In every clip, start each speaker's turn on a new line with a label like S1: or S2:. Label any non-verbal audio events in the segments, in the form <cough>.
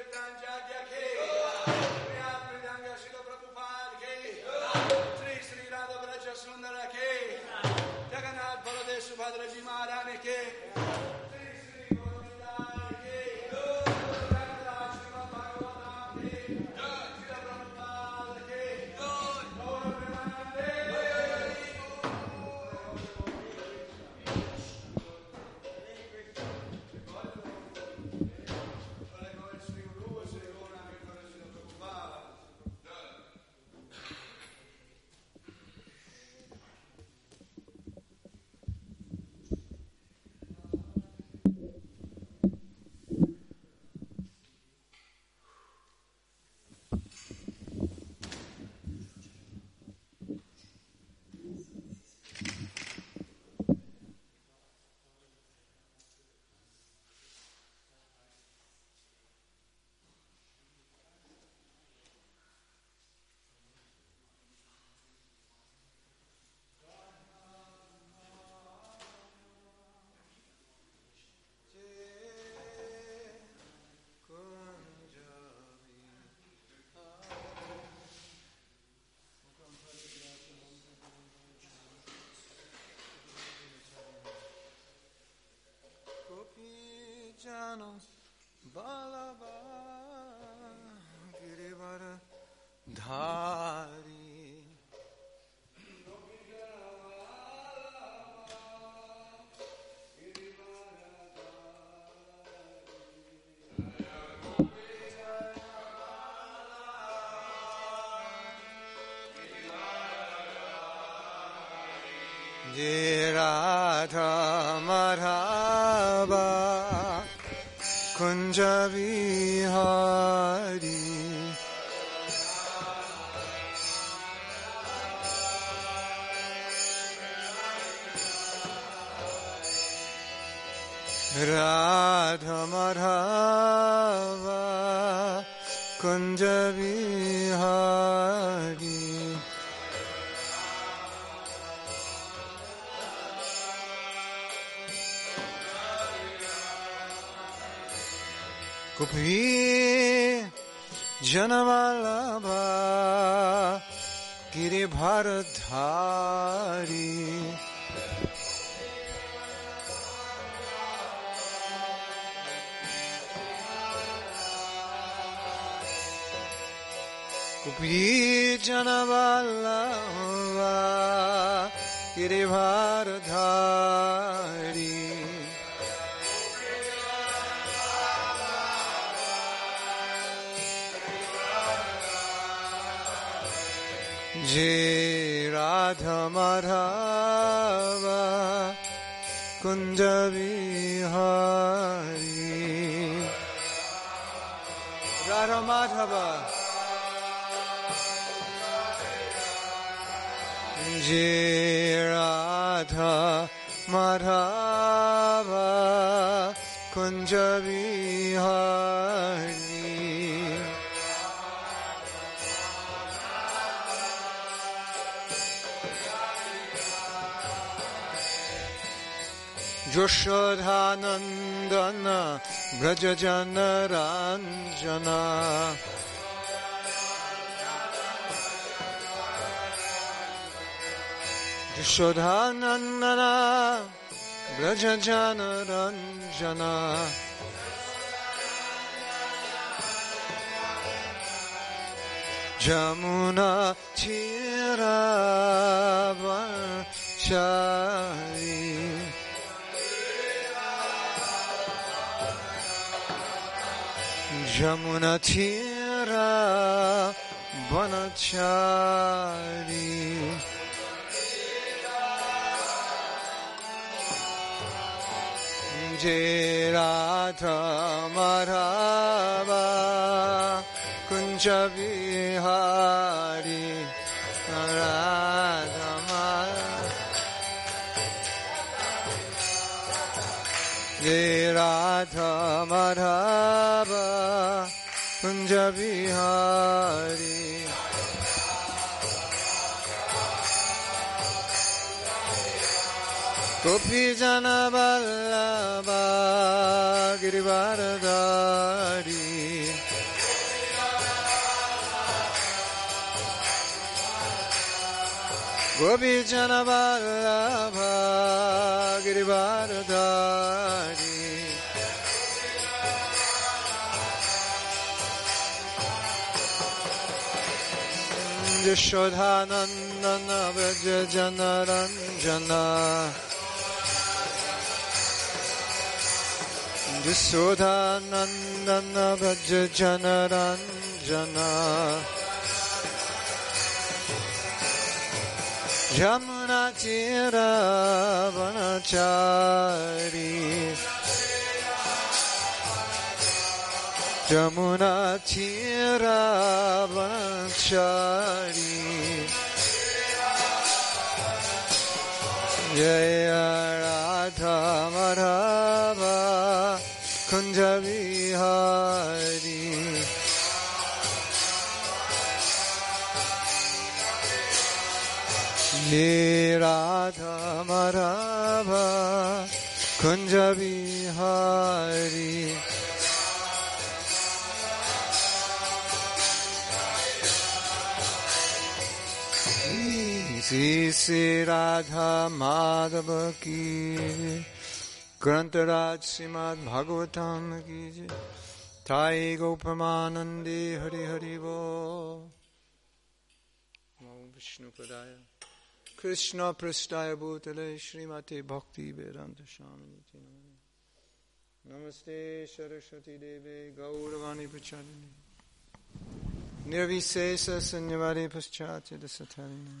S1: Radha Ke, Priya Pridanga Srila Prabhupada Ke, Sri Sri Radha Braja Sundara Ke, Jagannath Baladev Subhadra Ji Maharani Ke, Sri Sri Govindar Ke, Jagannath Srimad Bhagavatam Ke, Srila Prabhupada Ke, Gaura Premanande. Allora, come il suo guru, se non anche con il suo preoccupato.
S2: Jano Balaba Girivara Dhari Jai Radha Madhava Kunja Vihari Radha Madhava Kunja Vihari Kupi Janamalabha Giribharadhari Kupi Janamalabha Giribharadhari Jai Radha Madhava Kunja Vihari Radha Madhava Jai Radha Madhava Kunja Vihari जोषधानन्दन व्रजनराञ्जन यशोधानन्दन व्रजनरञ्जन जमुना क्षीरावशारी Jamunatira Banachari Jerata Marava Kunjavihari Radha Madhava Jai Radha Madhava Kunja Vihari Gopi Jana Vallabha Girivardhari गोपी जन बल्लभ गिरिवरधारी यशोधानन्दन व्रज जन रञ्जन यशोधानन्दन व्रज जन रञ्जन यमुनाचिरावणचारी यमुनाचिरावणचारी जय राधा माधवा कुञ्ज विहारी हे राधा माधवा कुञ्ज विहारी श्री श्री राधा माधव की ग्रन्थराज श्रीमद् भागवतम की जय ताई गोपमानन्दे हरि हरि वो विष्णुपदाय Krishna Prasthaya Bhutale Srimati Bhakti Vedanta Shamiti Namaste Saraswati Deve Gauravani Pacharini Nirvisesa Sanyavadi Paschati Dasatarina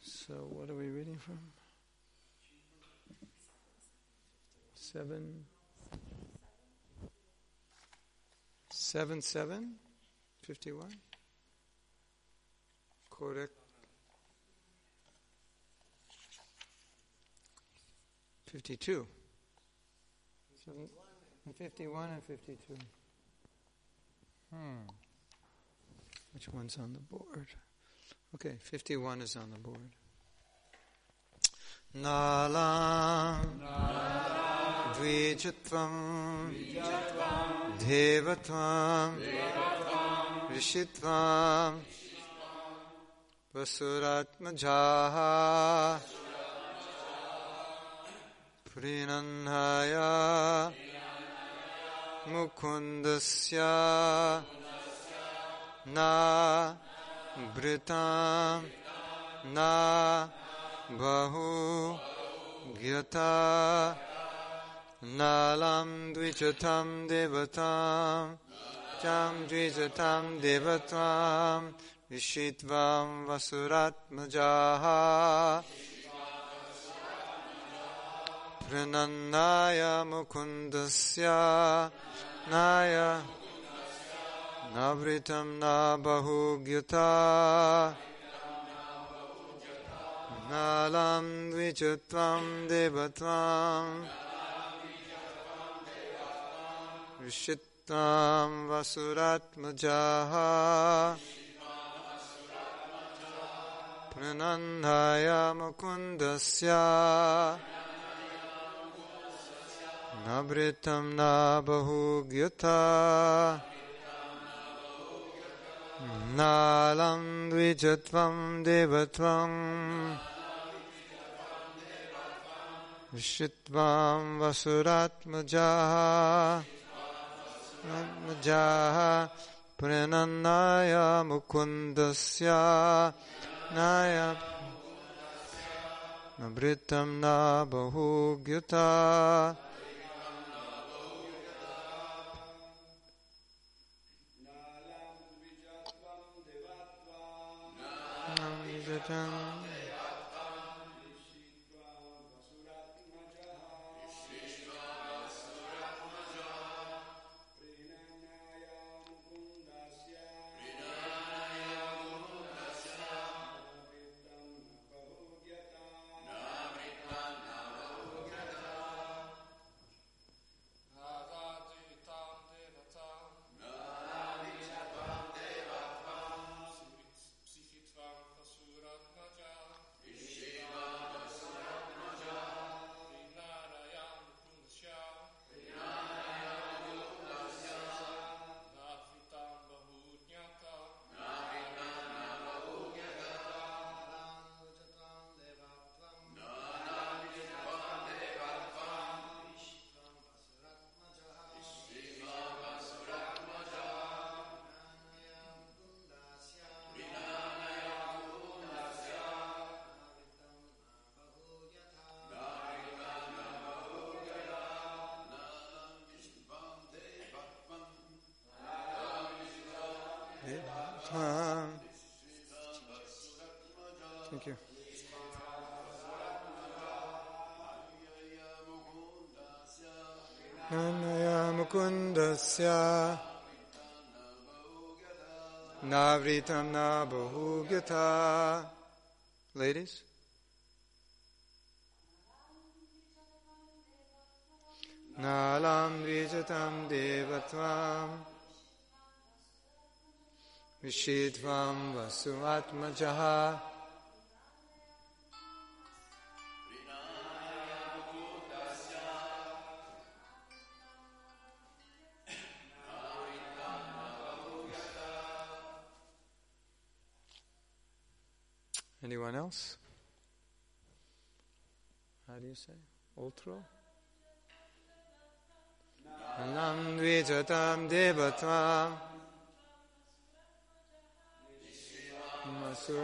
S2: So, what are we reading from? Seven. Seven seven, fifty-one. Correct. Fifty-two. Seven- Fifty-one and fifty-two. Hmm. Which one's on the board? Okay, fifty-one is on the board. Nalam. द्विजत्वं देवत्वं ऋषित्वं वसुरात्मजाः प्रीणन्नाय मुकुन्दस्य न वृतां न बहु ज्ञता नालां द्विजतां देवतां चां द्विजतां देवतां ऋषित्वां वसुरात्मजाः प्रनन्नाय मुकुन्दस्य नाय नावृतं न बहुज्ञता नालां द्विजत्वां देवत्वाम् ऋषित्वां वसुरात्मजाः प्रणन्धाय मुकुन्दस्य न वृतं न बहुज्ञता नालं द्विजत्वं देवत्वम् ऋषित्वां वसुरात्मजाः आत्मजाः प्रणन्नाय मुकुन्दस्य नाय न वृत्तं न बहुज्ञता न विजतम्
S1: Prinanaya Mukundasya
S2: Tam. Thank you. Nanaya Mukundasya Navritam Nabahugyata. Ladies? Nalam Vijatam Devatvam Vishitvam Vasuatmajaha Anyone else? How do you say? Ultra? Nam dvijatam devatvam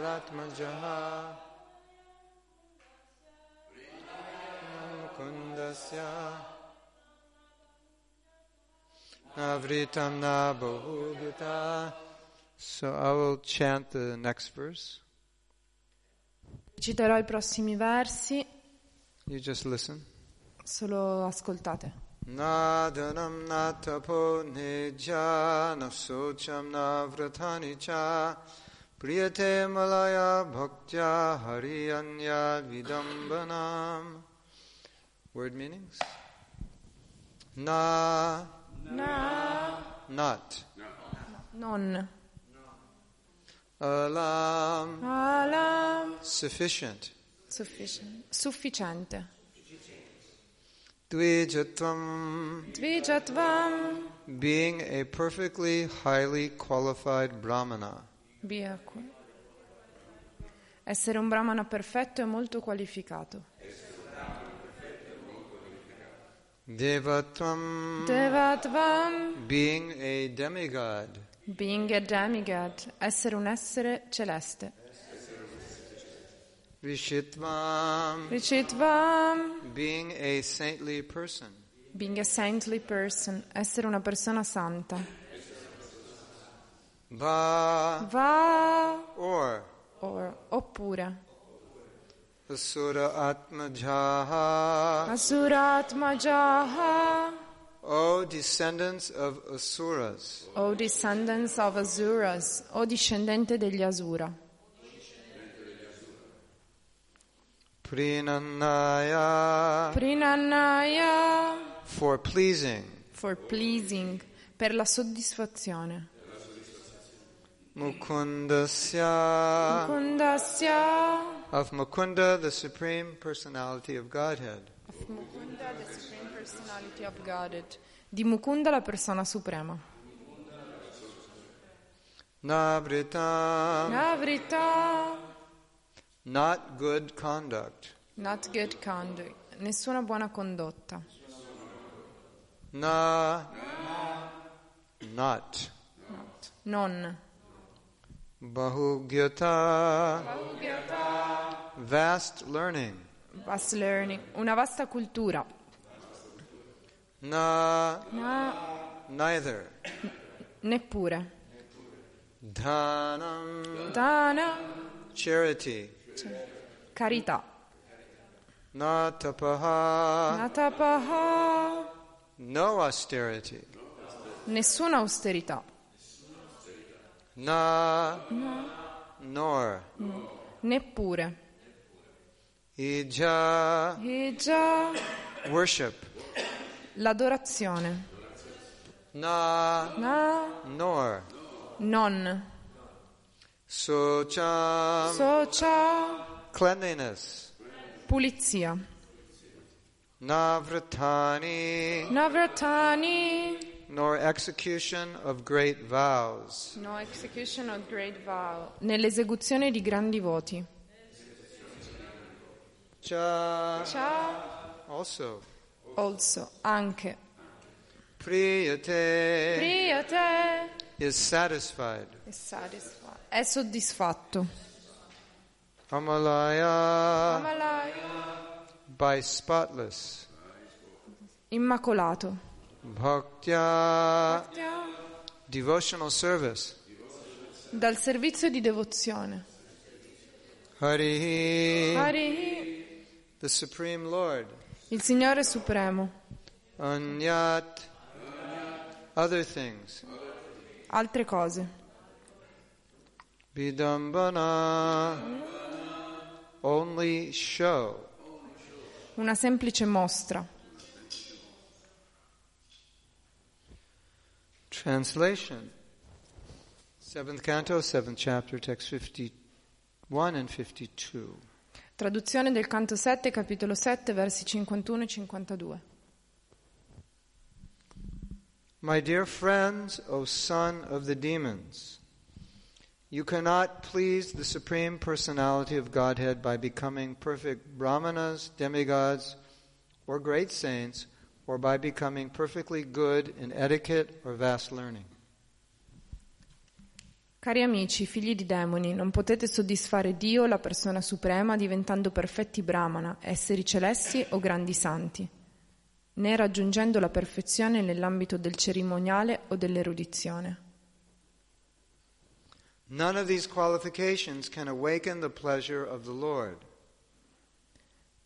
S2: Masuratmajaha Kundasya Navritam Nabhugita So I will chant the next verse.
S3: Citerò i prossimi versi,
S2: You just listen.
S3: solo ascoltate.
S2: Nadanam natapo neja nafsocham navratani cha priyate malaya bhaktya hariyanya vidambanam. Word meanings? Na,
S3: Na.
S2: not.
S3: Non.
S2: Alam,
S3: Alam.
S2: sufficient.
S3: Sufficient. Sufficiente.
S2: Dvijatvam,
S3: Dvijatvam.
S2: being a perfectly highly qualified brahmana.
S3: Biaku. Essere un brahmana perfetto e molto qualificato.
S2: Devatvam,
S3: Devatvam.
S2: being a demigod.
S3: Being a demigod. Essere un essere celeste.
S2: Vishitvam,
S3: Ricitvam.
S2: being a saintly person.
S3: Being a saintly person. Essere una persona santa.
S2: Ba,
S3: Va.
S2: or
S3: or- oppure.
S2: Asura Atmajaha.
S3: Asuratmajaha,
S2: O descendants of Asuras,
S3: o descendants of Asuras, o discendente degli Asura.
S2: Prinanaya,
S3: Prinannaya,
S2: for pleasing.
S3: for pleasing, per la soddisfazione.
S2: Mukundasya,
S3: Mukundasya,
S2: of Mukunda, the Supreme Personality of Godhead.
S3: of Mukunda, the Supreme Personality of Godhead. Di Mukunda, la persona suprema.
S2: Nabritam,
S3: Navrita,
S2: not good conduct.
S3: not good conduct, nessuna buona condotta.
S2: Na, not.
S3: Non.
S2: Bahugyata, vast learning.
S3: Vast learning, una vasta cultura.
S2: Na,
S3: Na,
S2: neither.
S3: neppure.
S2: Dhanam,
S3: Dana,
S2: charity.
S3: Cioè, carità,
S2: Na tapaha,
S3: natapaha,
S2: no austerity.
S3: nessuna austerità,
S2: Na, nor.
S3: neppure.
S2: Ija,
S3: E già
S2: worship.
S3: l'adorazione,
S2: Na,
S3: na,
S2: nor.
S3: non,
S2: Socham,
S3: socia,
S2: cleanliness.
S3: pulizia,
S2: Navratani.
S3: navratani,
S2: nor execution of great vows.
S3: no execution of great vow, nell'esecuzione di grandi voti.
S2: Cha
S3: Ciao,
S2: also
S3: also, anche,
S2: priyate
S3: priate,
S2: is satisfied.
S3: Eh. è satisfa- è soddisfatto.
S2: Amalaya
S3: Amalaya,
S2: by spotless.
S3: immacolato.
S2: Bhaktya devotional service.
S3: dal servizio di devozione.
S2: Hari,
S3: Hari,
S2: the Supreme Lord.
S3: il Signore Supremo.
S2: Anyat, other things.
S3: Altre cose.
S2: Vidambana, only show.
S3: Una semplice mostra.
S2: Translation. Seventh canto, seventh chapter, text 51 and 52.
S3: Traduzione del canto 7, capitolo 7, versi 51 e 52.
S2: My dear friends, O son of the demons, you cannot please the Supreme Personality of Godhead by becoming perfect brahmanas, demigods, or great saints, or by becoming perfectly good in etiquette or vast learning.
S3: Cari amici, figli di demoni, non potete soddisfare Dio, la persona suprema, diventando perfetti brahmana, esseri celesti o grandi santi, né raggiungendo la perfezione nell'ambito del cerimoniale o dell'erudizione.
S2: None of these qualifications can awaken the pleasure of the Lord.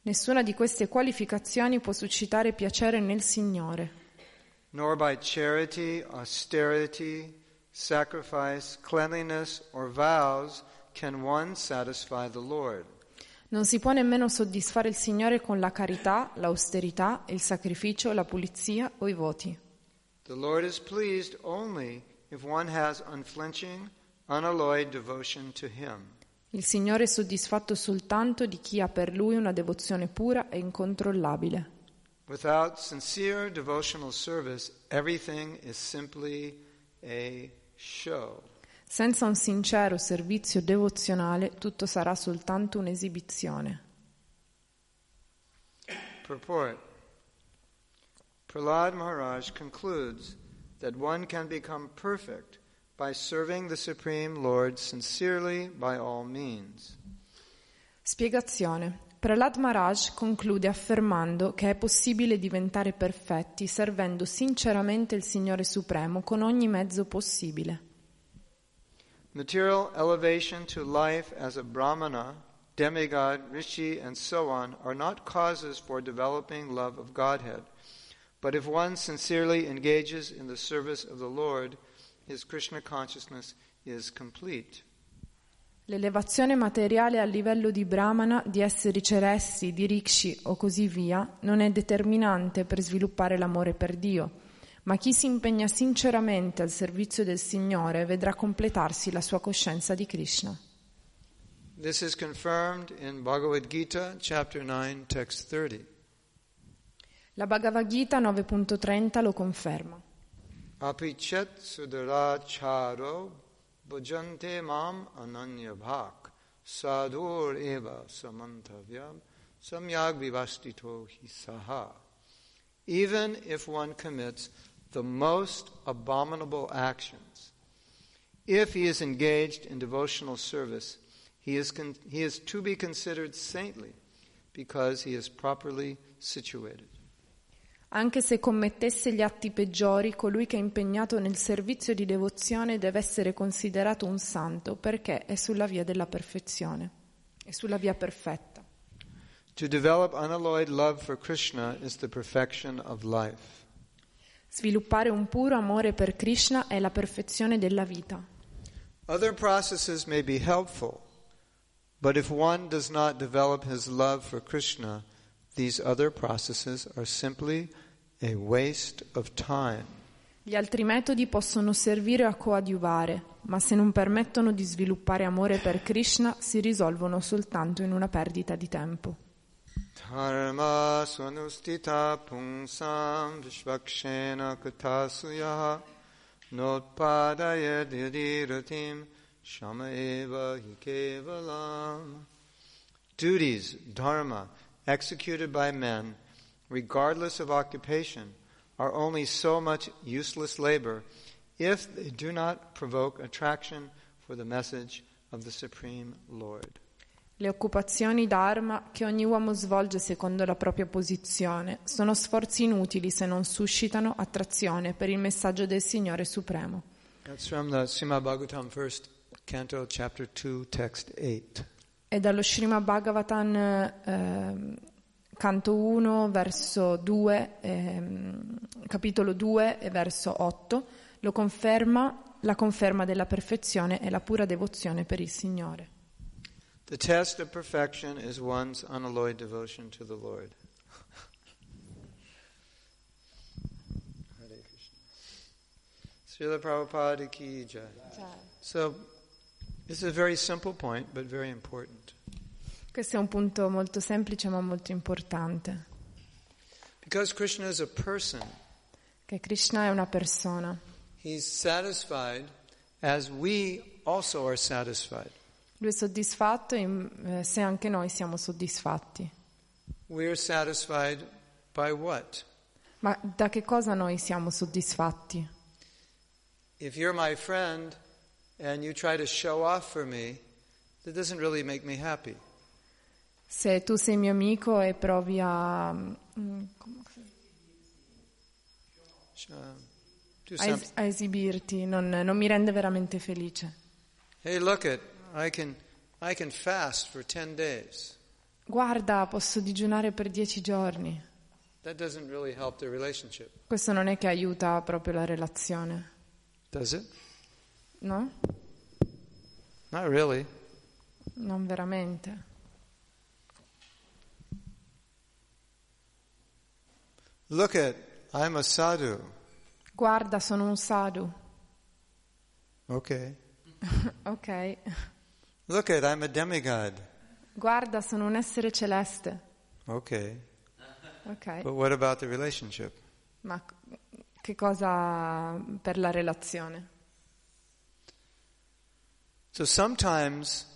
S3: Nessuna di queste qualificazioni può suscitare piacere nel Signore,
S2: nor by charity, austerity, sacrifice, cleanliness, or vows can one satisfy the Lord.
S3: non si può nemmeno soddisfare il Signore con la carità, l'austerità, il sacrificio, la pulizia o i voti.
S2: The Lord is pleased only if one has unflinching, unalloyed devotion to Him.
S3: Il Signore è soddisfatto soltanto di chi ha per Lui una devozione pura e incontrollabile.
S2: Without sincere devotional service, everything is simply a show.
S3: Senza un sincero servizio devozionale tutto sarà soltanto un'esibizione.
S2: Purport Prahlad Maharaj concludes that one can become perfect by serving the Supreme Lord sincerely by all means.
S3: Spiegazione. Prahlad Maharaj conclude affermando che è possibile diventare perfetti servendo sinceramente il Signore Supremo con ogni mezzo possibile.
S2: Material elevation to life as a brahmana, demigod, rishi, and so on are not causes for developing love of Godhead. But if one sincerely engages in the service of the Lord, his Krishna consciousness is complete.
S3: L'elevazione materiale a livello di brahmana, di esseri celesti, di rikshi o così via non è determinante per sviluppare l'amore per Dio, ma chi si impegna sinceramente al servizio del Signore vedrà completarsi la sua coscienza di Krishna.
S2: This is confirmed in Bhagavad Gita, chapter 9, text 30.
S3: La Bhagavad Gita 9.30 lo conferma.
S2: Apichet sudaracharo bhajante mam ananya bhak sadur eva samantavyam samyag vivastito hi saha. Even if one commits the most abominable actions, if he is engaged in devotional service, he is, con- he is to be considered saintly because he is properly situated.
S3: Anche se commettesse gli atti peggiori, colui che è impegnato nel servizio di devozione deve essere considerato un santo perché è sulla via della perfezione, è sulla via perfetta.
S2: To develop unalloyed love for Krishna is the perfection of life.
S3: Sviluppare un puro amore per Krishna è la perfezione della vita.
S2: Other processes may be helpful, but if one does not develop his love for Krishna, these other processes are simply a waste of time.
S3: Gli altri metodi possono servire a coadiuvare, ma se non permettono di sviluppare amore per Krishna si risolvono soltanto in una perdita di tempo.
S2: Dharma swanustita pungsam vishvakshena katasuyaha notpadaya didiratim shamaeva hikevalam. Duties, dharma, executed by men, regardless of occupation, are only so much useless labor if they do not provoke attraction for the message of the Supreme Lord.
S3: Le occupazioni d'arma che ogni uomo svolge secondo la propria posizione sono sforzi inutili se non suscitano attrazione per il messaggio del Signore Supremo.
S2: That's from the Srimad Bhagavatam, first Canto chapter 2, text 8.
S3: È dallo Srimad Bhagavatam, ehm, canto 1, verso 2, ehm, capitolo 2 e verso 8, lo conferma la conferma della perfezione e la pura devozione per il Signore.
S2: The test of perfection is one's unalloyed devotion to the Lord. Hare Krishna. Srila Prabhupada ki jai. So, this is a very simple point, but very important.
S3: Questo è un punto molto semplice ma molto importante,
S2: Because Krishna is a person,
S3: che Krishna è una persona.
S2: he's satisfied as we also are satisfied.
S3: Lui è soddisfatto in- eh, se anche noi siamo soddisfatti.
S2: We're satisfied by what?
S3: Ma da che cosa noi siamo soddisfatti?
S2: If you're my friend and you try to show off for me, that doesn't really make me happy.
S3: Se tu sei mio amico e provi a, mm, com-
S2: Sh- uh, do
S3: a es-
S2: something.
S3: a esibirti, non, non mi rende veramente felice.
S2: Hey, look it. I can I can fast for 10 days.
S3: Guarda, posso digiunare per dieci giorni.
S2: That doesn't really help the relationship,
S3: Questo non è che aiuta proprio la relazione,
S2: does it?
S3: no?
S2: Not really.
S3: Non veramente.
S2: Look it. I'm a sadhu.
S3: Guarda, sono un sadhu.
S2: Okay.
S3: Ok. <laughs>
S2: Look it. I'm a demigod.
S3: Guarda, sono un essere celeste.
S2: Okay.
S3: Ok.
S2: But what about the relationship?
S3: Ma c- che cosa per la relazione?
S2: So sometimes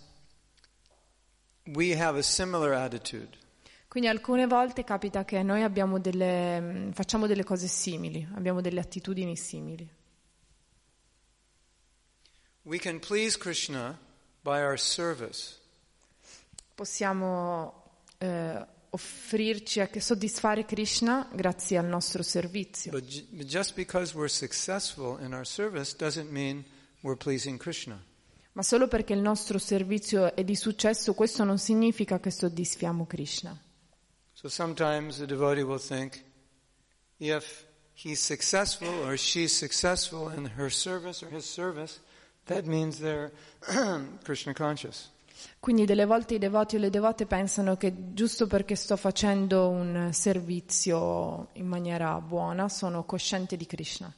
S2: we have a similar attitude.
S3: Quindi alcune volte capita che noi abbiamo delle, mm, facciamo delle cose simili, abbiamo delle attitudini simili.
S2: We can please Krishna by our service,
S3: Possiamo eh, offrirci a che- soddisfare Krishna grazie al nostro servizio,
S2: but ju- but just because we're successful in our service doesn't mean we're pleasing Krishna.
S3: ma solo perché il nostro servizio è di successo questo non significa che soddisfiamo Krishna.
S2: So sometimes the devotee will think, if he's successful or she's successful in her service or his service, that means they're <clears throat> Krishna conscious.
S3: Quindi delle volte i devoti o le devote pensano che giusto perché sto facendo un servizio in maniera buona sono cosciente di Krishna.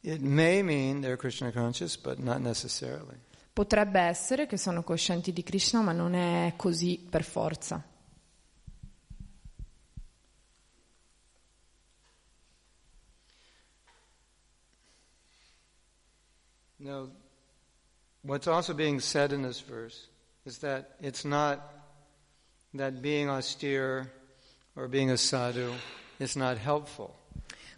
S2: It may mean they're Krishna conscious, but not necessarily.
S3: Potrebbe essere che sono coscienti di Krishna, ma non è così per forza.
S2: No. What's also being said in this verse is that it's not that being austere or being a sadhu is not helpful.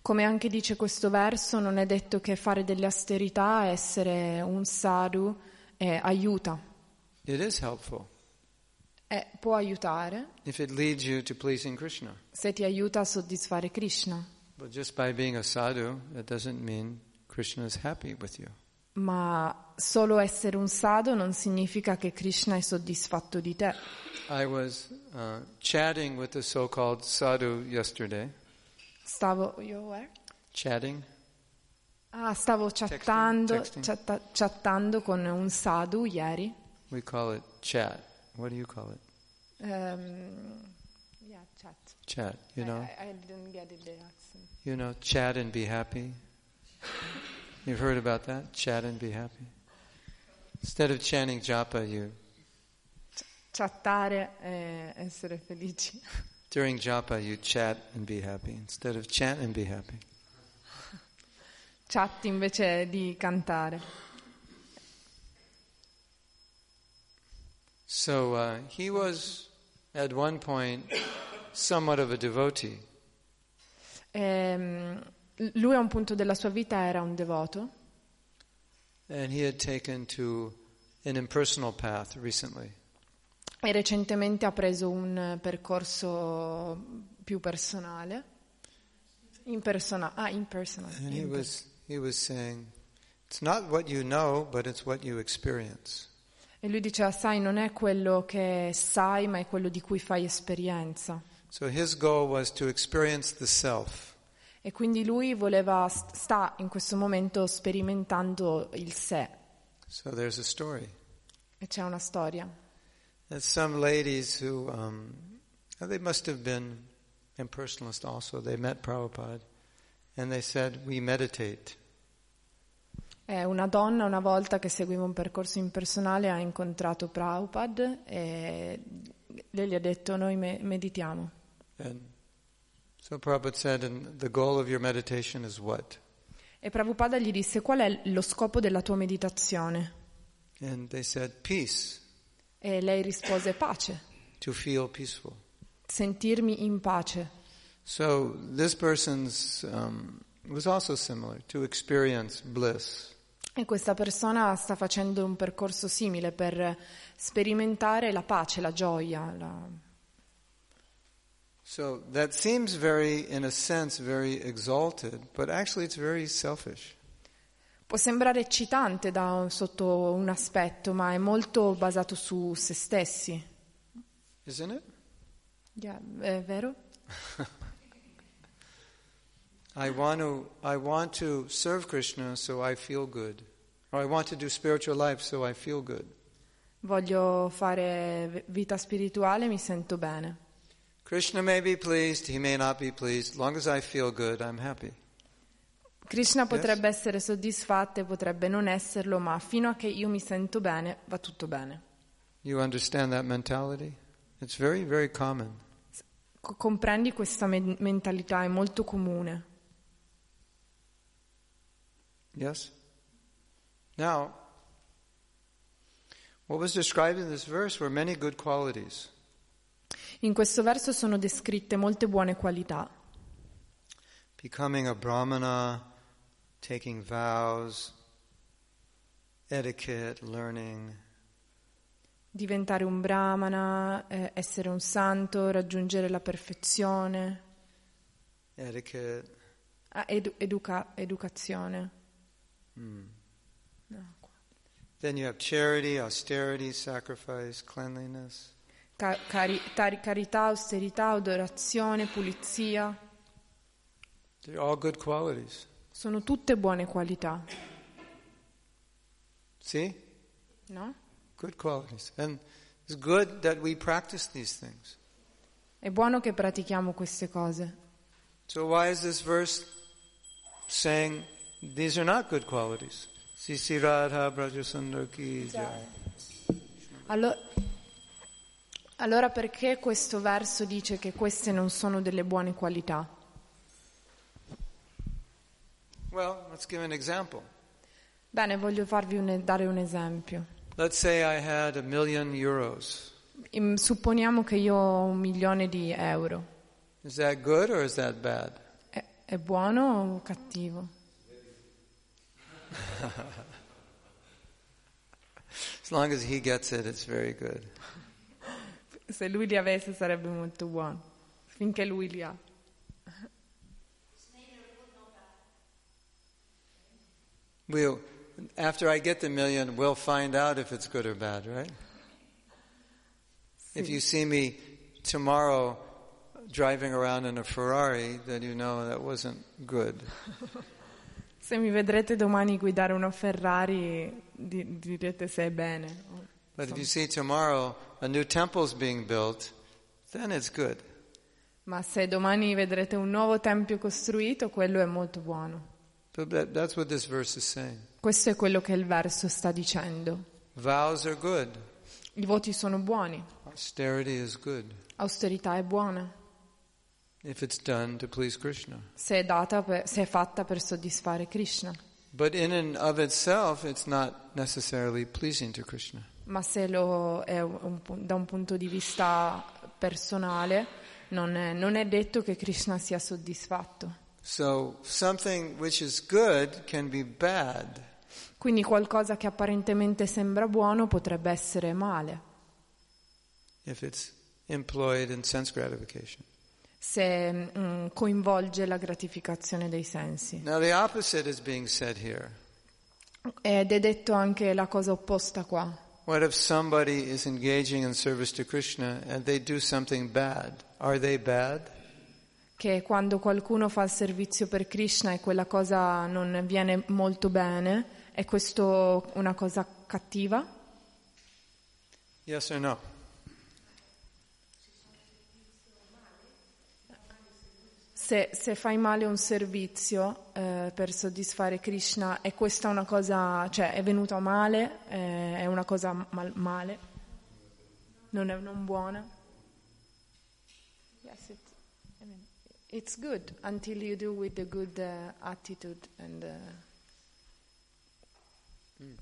S3: Come anche dice questo verso, non è detto che fare delle austerità, essere un sadhu, eh, aiuta.
S2: It is helpful
S3: Eh, può aiutare
S2: if it leads you to pleasing Krishna.
S3: se ti aiuta a soddisfare Krishna,
S2: But just by being a sadhu, that doesn't mean Krishna is happy with you.
S3: ma solo essere un sadhu non significa che Krishna è soddisfatto di te.
S2: I was uh, chatting with the so-called sadhu yesterday.
S3: Stavo, io where?
S2: Chatting?
S3: Ah, stavo chattando,
S2: texting.
S3: chatta- chattando con un sadhu ieri.
S2: We call it chat. What do you call it?
S3: Ehm, yeah, chat.
S2: Chat. You know.
S3: I, I didn't get it, the accent.
S2: You know, chat and be happy. You've heard about that? Chat and be happy. Instead of chanting japa, you
S3: Chattare e essere felici.
S2: during japa you chat and be happy. Instead of chant and be happy.
S3: Chat invece di cantare.
S2: So uh, he was at one point somewhat of a devotee,
S3: Ehm, lui a un punto della sua vita era un devoto
S2: and he had taken to an impersonal path recently.
S3: e recentemente ha preso un percorso più personale. Impersonale. Ah, impersonal.
S2: And he
S3: Imper-
S2: was he was saying, "It's not what you know, but it's what you experience."
S3: E lui diceva, sai, non è quello che sai, ma è quello di cui fai esperienza.
S2: So his goal was to experience the self.
S3: E quindi lui voleva, sta in questo momento sperimentando il sé.
S2: So there's a story.
S3: E c'è una storia.
S2: And some ladies who, um, they must have been impersonalist also, they met Prabhupada and they said, We meditate.
S3: Eh, una donna una volta che seguiva un percorso impersonale ha incontrato Prabhupada e lei gli ha detto noi me- meditiamo.
S2: And so Prabhupada said, And the goal of your meditation is what?
S3: E Prabhupada gli disse qual è lo scopo della tua meditazione?
S2: And they said, Peace,
S3: E lei rispose pace,
S2: to feel peaceful.
S3: sentirmi in pace.
S2: So this person's um, was also similar to experience bliss.
S3: E questa persona sta facendo un percorso simile per sperimentare la pace, la gioia. la-
S2: So that seems very, in a sense, very exalted, but actually it's very selfish.
S3: Può sembrare eccitante da- sotto un aspetto, ma è molto basato su se stessi.
S2: Isn't it?
S3: Yeah, è vero?
S2: I want to, I want to serve Krishna so I feel good. Or I want to do spiritual life so I feel good.
S3: Voglio fare v- vita spirituale, mi sento bene.
S2: Krishna may be pleased, he may not be pleased. Long as I feel good, I'm happy.
S3: Krishna potrebbe essere soddisfatto e potrebbe non esserlo, ma fino a che io mi sento bene va tutto bene.
S2: You understand that mentality? It's very, very common.
S3: Co- comprendi questa men- mentalità, è molto comune.
S2: Yes? Now, what was described in this verse were many good qualities.
S3: In questo verso sono descritte molte buone qualità.
S2: Becoming a brahmana, taking vows, etiquette, learning.
S3: Diventare un brahmana, eh, essere un santo, raggiungere la perfezione,
S2: Etiquette.
S3: ah, edu- educa- educazione. No, qua.
S2: Then you have charity, austerity, sacrifice, cleanliness.
S3: Ca- cari- tar- carità, austerità, adorazione, pulizia,
S2: They're all good qualities.
S3: sono tutte buone qualità,
S2: See?
S3: no?
S2: Good qualities. And it's good that we practice these things.
S3: È buono che pratichiamo queste cose.
S2: So why is this verse saying these are not good qualities? Sisi Radha Brajasundar ki jai.
S3: Allo- allora perché questo verso dice che queste non sono delle buone qualità?
S2: Well, let's give an example.
S3: Bene, voglio farvi un- dare un esempio.
S2: Let's say I had a million euros.
S3: Im- supponiamo che io ho un milione di euro.
S2: Is that good or is that bad?
S3: È, è buono o cattivo?
S2: As long as he gets it, it's very good.
S3: Se lui li avesse sarebbe molto buono, finché lui li ha.
S2: We'll, after I get the million, we'll find out if it's good or bad, right? If you see me tomorrow driving around in a Ferrari, then you know that wasn't good.
S3: Se mi vedrete domani guidare una Ferrari di- direte se è bene.
S2: But if you see tomorrow a new temple's being built, then it's good.
S3: Ma se domani vedrete un nuovo tempio costruito, quello è molto buono.
S2: So that, that's what this verse is saying.
S3: Questo è quello che il verso sta dicendo.
S2: Vows are good.
S3: I voti sono buoni,
S2: Austerity is good
S3: austerità è buona,
S2: if it's done to please Krishna.
S3: se è, data per- se è fatta per soddisfare Krishna.
S2: But in and of itself, it's not necessarily pleasing to Krishna.
S3: Ma se lo è un pu- da un punto di vista personale, non è- non è detto che Krishna sia soddisfatto.
S2: So something which is good can be bad.
S3: Quindi qualcosa che apparentemente sembra buono potrebbe essere male,
S2: if it's employed in sense gratification.
S3: se mm, coinvolge la gratificazione dei sensi.
S2: Now, the opposite is being said here.
S3: Ed è detto anche la cosa opposta qua.
S2: What if somebody is engaging in service to Krishna and they do something bad? Are they bad?
S3: che quando qualcuno fa il servizio per Krishna e quella cosa non viene molto bene, è questo una cosa cattiva?
S2: Yes or no?
S3: Se, se fai male un servizio eh, per soddisfare Krishna, è questa una cosa, cioè è venuta male, eh, è una cosa mal- male, non è non buona? Yes, it, I mean, it's good until you do with the good uh, attitude and uh,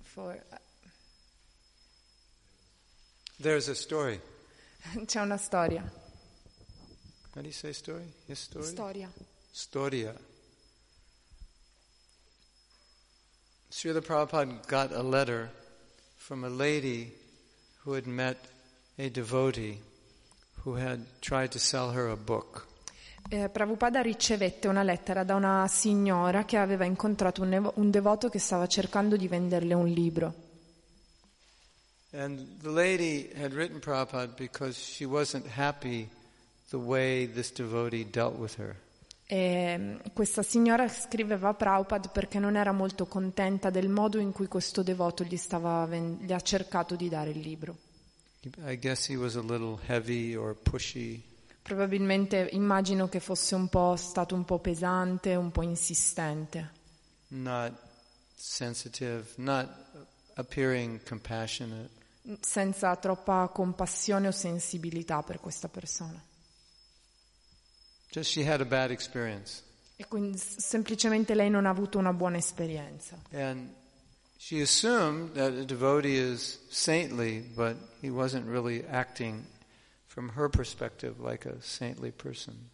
S3: for... <laughs>
S2: There's a story.
S3: C'è una storia.
S2: How do you say story? Yes, story?
S3: Storia.
S2: Storia. Srila Prabhupada got a letter from a lady who had met a devotee who had tried to sell her a book.
S3: Eh, Prabhupada ricevette una lettera da una signora che aveva incontrato un, nevo- un devoto che stava cercando di venderle un libro.
S2: And the lady had written Prabhupada because she wasn't happy the way this devotee dealt with her.
S3: E mm, questa signora scriveva a Prabhupada perché non era molto contenta del modo in cui questo devoto gli, stava ven- gli ha cercato di dare il libro.
S2: I guess he was a little heavy or pushy.
S3: Probabilmente immagino che fosse un po' stato un po' pesante, un po' insistente.
S2: not sensitive, not appearing compassionate.
S3: mm, senza troppa compassione o sensibilità per questa persona.
S2: Just she had a bad experience.
S3: E quindi s- semplicemente lei non ha avuto una buona esperienza.
S2: And she assumed that a devotee is saintly, but he wasn't really acting from her perspective like a saintly person.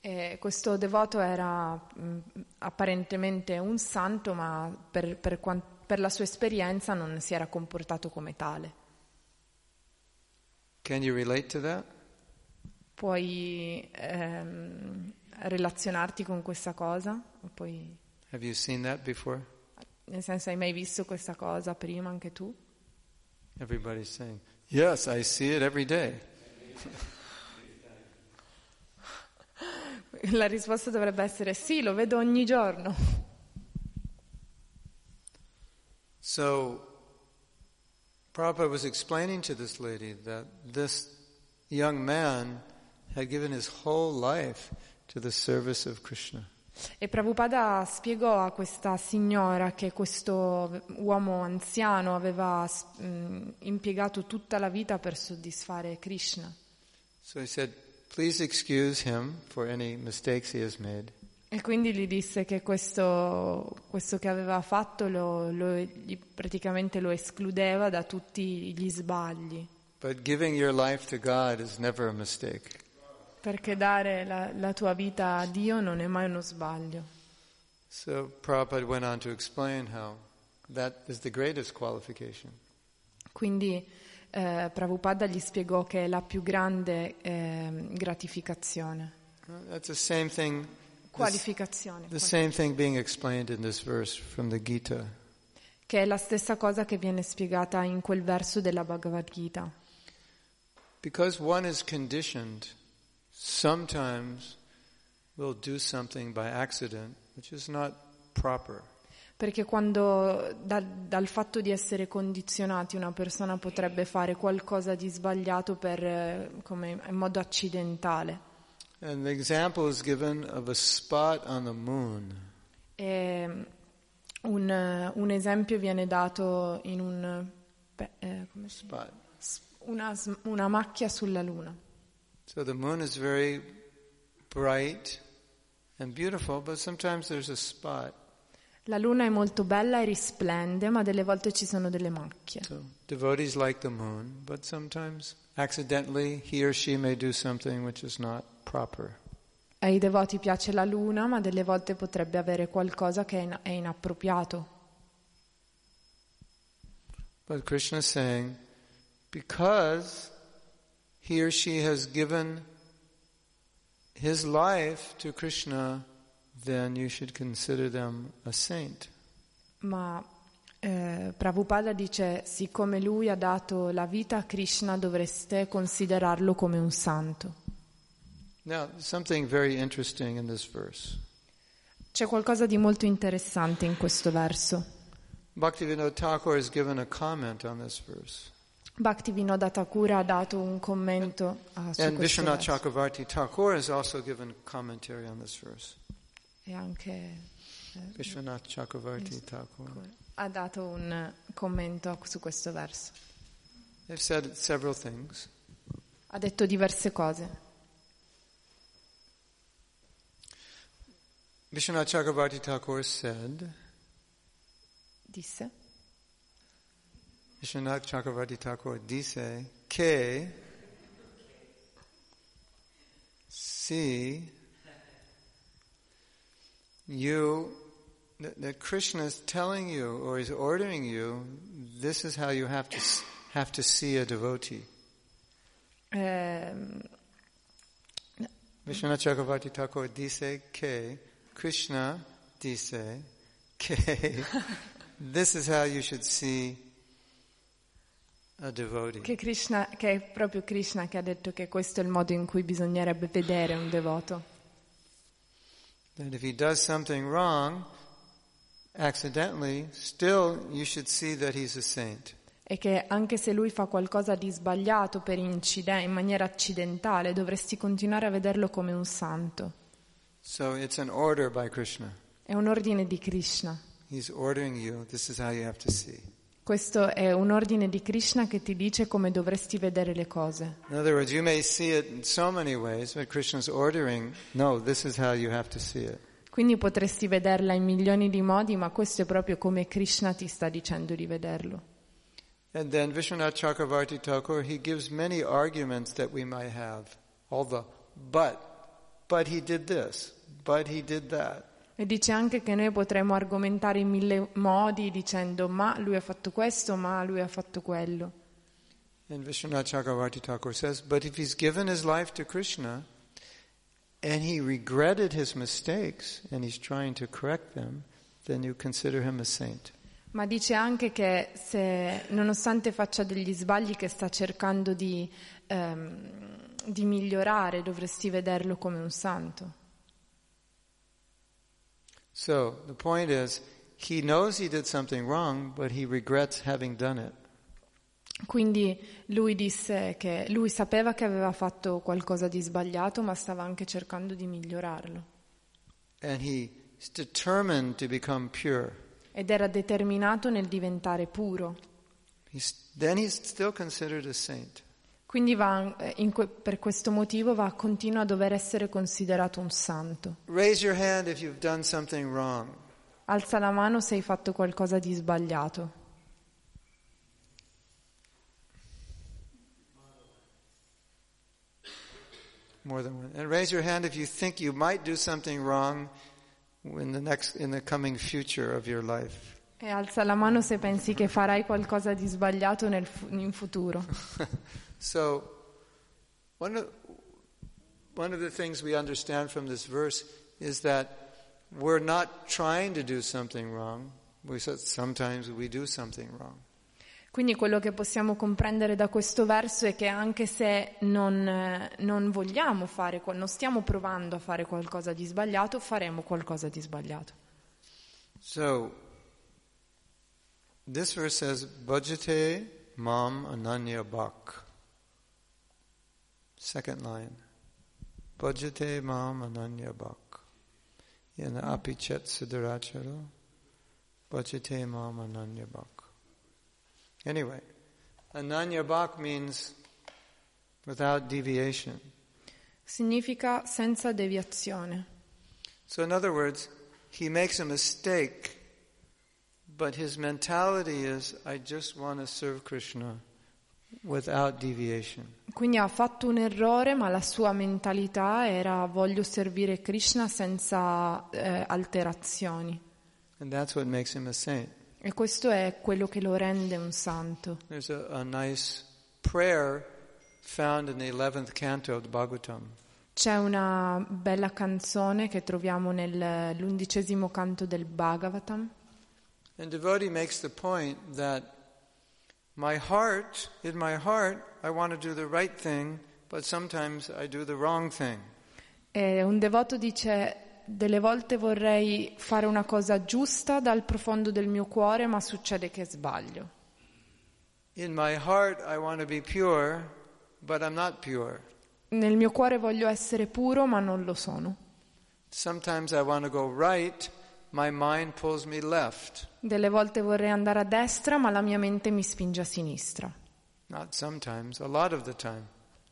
S3: E Eh, questo devoto era mh, apparentemente un santo, ma per, per quan- per la sua esperienza non si era comportato come tale.
S2: Can you relate to that?
S3: Puoi ehm, relazionarti con questa cosa? O Puoi,
S2: Have you seen that before?
S3: nel senso, hai mai visto questa cosa prima anche tu?
S2: Everybody's saying, Yes, I see it every day.
S3: La risposta dovrebbe essere sì, lo vedo ogni giorno.
S2: So, Prabhupada was explaining to this lady that this young man had given his whole life to the service of Krishna.
S3: E Prabhupada spiegò a questa signora che questo uomo anziano aveva mh, impiegato tutta la vita per soddisfare Krishna.
S2: So he said, Please excuse him for any mistakes he has made.
S3: E quindi gli disse che questo, questo che aveva fatto lo- lo- gli- praticamente lo escludeva da tutti gli sbagli,
S2: But giving your life to God is never a mistake.
S3: perché dare la, la tua vita a Dio non è mai uno sbaglio.
S2: So Prabhupada went on to explain how that is the greatest qualification.
S3: Quindi eh, Prabhupada gli spiegò che è la più grande ehm, gratificazione.
S2: That's the same thing, the,
S3: Qualificazione.
S2: the same thing being explained in this verse from the Gita.
S3: Che è la stessa cosa che viene spiegata in quel verso della Bhagavad Gita.
S2: Because one is conditioned, sometimes will do something by accident, which is not proper.
S3: Perché quando da- dal fatto di essere condizionati una persona potrebbe fare qualcosa di sbagliato per, eh, come, in modo accidentale.
S2: And the example is given of a spot on the moon.
S3: E mm, un, eh, un esempio viene dato in un, beh, eh, come si-
S2: Spot.
S3: s- una, sm- una macchia sulla luna.
S2: So the moon is very bright and beautiful, but sometimes there's a spot.
S3: La luna è molto bella e risplende, ma delle volte ci sono delle macchie.
S2: So devotees like the moon, but sometimes accidentally he or she may do something which is not proper.
S3: Ai devoti piace la luna, ma delle volte potrebbe avere qualcosa che è, in- è inappropriato.
S2: But Krishna is saying, because he or she has given his life to Krishna, then you should consider them a saint.
S3: Ma Eh, Prabhupada dice, siccome lui ha dato la vita a Krishna dovreste considerarlo come un santo.
S2: Now, something very interesting in this verse.
S3: C'è qualcosa di molto interessante in questo verso.
S2: Bhaktivinoda Thakur has given a comment on this verse.
S3: Bhaktivinoda Thakura ha dato un commento a su
S2: And
S3: questo
S2: Vishwanath
S3: verso.
S2: Chakravarti Thakur has also given commentary on this verse.
S3: E anche
S2: Vishwanath Chakravarti Thakur.
S3: ha dato un commento a- su questo verso.
S2: They've said several things.
S3: Ha detto diverse cose.
S2: Vishwanath Chakravarti Thakur said,
S3: Disse,
S2: Vishwanath Chakravarti Thakur dice que si you that that Krishna is telling you or is ordering you, this is how you have to s- have to see a devotee.
S3: ehm,
S2: Vishwanath Chakravarti Thakur dice que Krishna dice que <laughs> this is how you should see a devotee.
S3: che, Krishna, che è proprio Krishna che ha detto che questo è il modo in cui bisognerebbe vedere un devoto.
S2: that if he does something wrong, accidentally, still you should see that he's a saint.
S3: E che anche se lui fa qualcosa di sbagliato per incide- in maniera accidentale, dovresti continuare a vederlo come un santo.
S2: So it's an order by Krishna.
S3: È un ordine di Krishna.
S2: He's ordering you, this is how you have to see.
S3: Questo è un ordine di Krishna che ti dice come dovresti vedere le cose.
S2: In other words, you may see it in so many ways, but Krishna's ordering, no, this is how you have to see it.
S3: Quindi potresti vederla in milioni di modi, ma questo è proprio come Krishna ti sta dicendo di vederlo.
S2: And then Vishwanath Chakravarti Thakur, he gives many arguments that we might have. All the, but, but he did this, but he did that.
S3: E dice anche che noi potremmo argomentare in mille modi dicendo ma lui ha fatto questo, ma lui ha fatto quello.
S2: And Vishwanath Chakravarti Thakur says, but if he's given his life to Krishna and he regretted his mistakes and he's trying to correct them, then you consider him a saint.
S3: Ma dice anche che se, nonostante faccia degli sbagli che sta cercando di, ehm, di migliorare, dovresti vederlo come un santo.
S2: So the point is, he knows he did something wrong, but he regrets having done it.
S3: Quindi lui disse che lui sapeva che aveva fatto qualcosa di sbagliato, ma stava anche cercando di migliorarlo.
S2: And he's determined to become pure.
S3: Ed era determinato nel diventare puro.
S2: He's, then he's still considered a saint.
S3: Quindi va, eh, in que- per questo motivo va, continua a dover essere considerato un santo.
S2: Raise your hand if you've done something wrong.
S3: Alza la mano se hai fatto qualcosa di sbagliato.
S2: More than one. And raise your hand if you think you might do something wrong in the next, in the coming future of your life. <laughs>
S3: E alza la mano se pensi che farai qualcosa di sbagliato nel fu- in futuro.
S2: So, one of, one of the things we understand from this verse is that we're not trying to do something wrong. We said sometimes we do something wrong.
S3: Quindi quello che possiamo comprendere da questo verso è che anche se non, eh, non vogliamo fare, qual- non stiamo provando a fare qualcosa di sbagliato, faremo qualcosa di sbagliato.
S2: So, this verse says, "Bhajate mam ananya bhak." Second line, "Bhajate mam ananya bhak." In the apichet siddharacharo, "Bhajate mam ananya bhak." Anyway, ananya bhak means without deviation.
S3: Significa senza deviazione.
S2: So, in other words, he makes a mistake, but his mentality is, I just want to serve Krishna without deviation.
S3: Quindi ha fatto un errore, ma la sua mentalità era voglio servire Krishna senza eh, alterazioni.
S2: And that's what makes him a saint.
S3: E questo è quello che lo rende un santo.
S2: There's a, a nice prayer found in the 11th canto of the Bhagavatam.
S3: C'è una bella canzone che troviamo nell'undicesimo canto del Bhagavatam.
S2: And devotee makes the point that my heart, in my heart, I want to do the right thing, but sometimes I do the wrong thing.
S3: E un devoto dice, delle volte vorrei fare una cosa giusta dal profondo del mio cuore, ma succede che sbaglio.
S2: In my heart, I want to be pure, but I'm not pure.
S3: Nel mio cuore voglio essere puro, ma non lo sono.
S2: Sometimes I want to go right, my mind pulls me left.
S3: Delle volte vorrei andare a destra, ma la mia mente mi spinge a sinistra.
S2: Not sometimes, a lot of the time.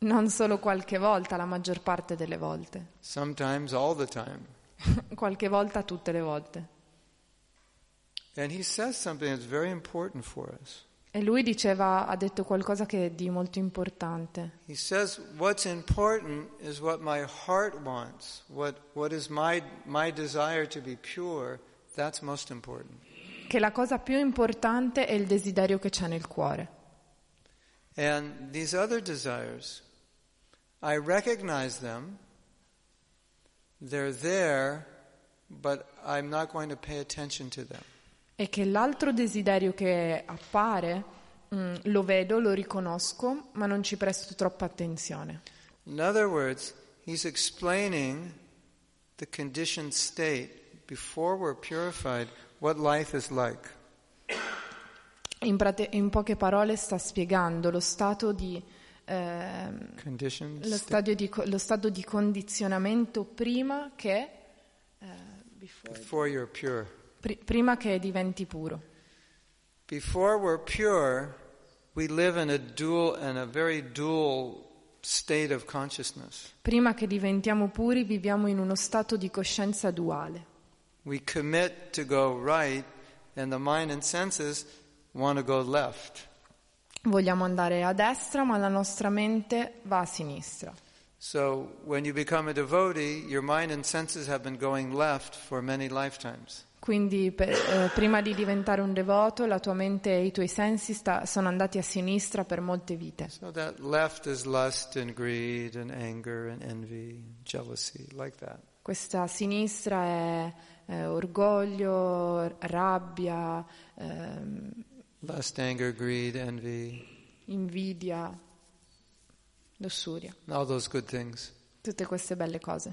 S3: Non solo qualche volta, la maggior parte delle volte. <clears throat>
S2: Sometimes, all the time.
S3: qualche volta, tutte le volte.
S2: And he says something that's very important for us.
S3: E lui diceva, ha detto qualcosa che è di molto importante.
S2: He says, What's important is what my heart wants. What, what is my, my desire to be pure, that's most important.
S3: Che la cosa più importante è il desiderio che c'è nel cuore.
S2: And these other desires, I recognize them. They're there, but I'm not going to pay attention to them.
S3: E che l'altro desiderio che appare, mm, lo vedo, lo riconosco, ma non ci presto troppa attenzione.
S2: In other words, he's explaining the conditioned state before we're purified, what life is like.
S3: In, prate- in poche parole sta spiegando lo stato di, ehm,
S2: Conditioned
S3: lo,
S2: state
S3: stadio di co- lo stato di condizionamento prima che, eh, before-
S2: before you're pure.
S3: pri- prima che diventi puro.
S2: Before we're pure, we live in a dual and a very dual state of consciousness.
S3: Prima che diventiamo puri viviamo in uno stato di coscienza duale.
S2: We commit to go right, and the mind and senses want to go left.
S3: Vogliamo andare a destra ma la nostra mente va a sinistra.
S2: So when you become a devotee, your mind and senses have been going left for many lifetimes.
S3: Quindi per- eh, prima di diventare un devoto la tua mente e i tuoi sensi sta- sono andati a sinistra per molte vite.
S2: So that left is lust and greed and anger and envy, jealousy, like that.
S3: Questa sinistra è eh, orgoglio, rabbia, ehm,
S2: Lust, anger, greed, envy,
S3: invidia, lussuria,
S2: and all those good things
S3: tutte queste belle cose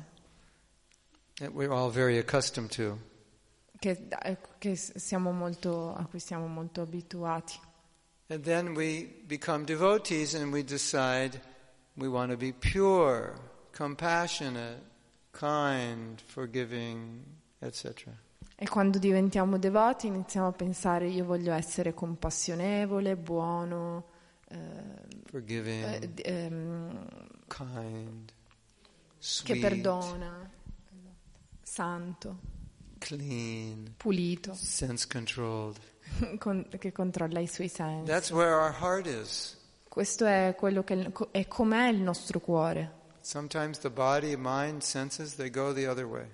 S2: that we're all very accustomed to.
S3: che, eh, che siamo molto- a cui siamo molto abituati.
S2: And then we become devotees and we decide we want to be pure, compassionate, kind, forgiving, etc.
S3: E quando diventiamo devoti iniziamo a pensare io voglio essere compassionevole, buono, eh,
S2: Forgiving,
S3: eh, d- ehm,
S2: kind,
S3: che
S2: sweet,
S3: perdona, santo,
S2: clean,
S3: pulito, <laughs>
S2: sense controlled.
S3: con- che controlla i suoi sensi.
S2: That's where our heart is.
S3: Questo è quello che il- co- è com'è il nostro cuore.
S2: Sometimes the body, mind, senses, they go the other way.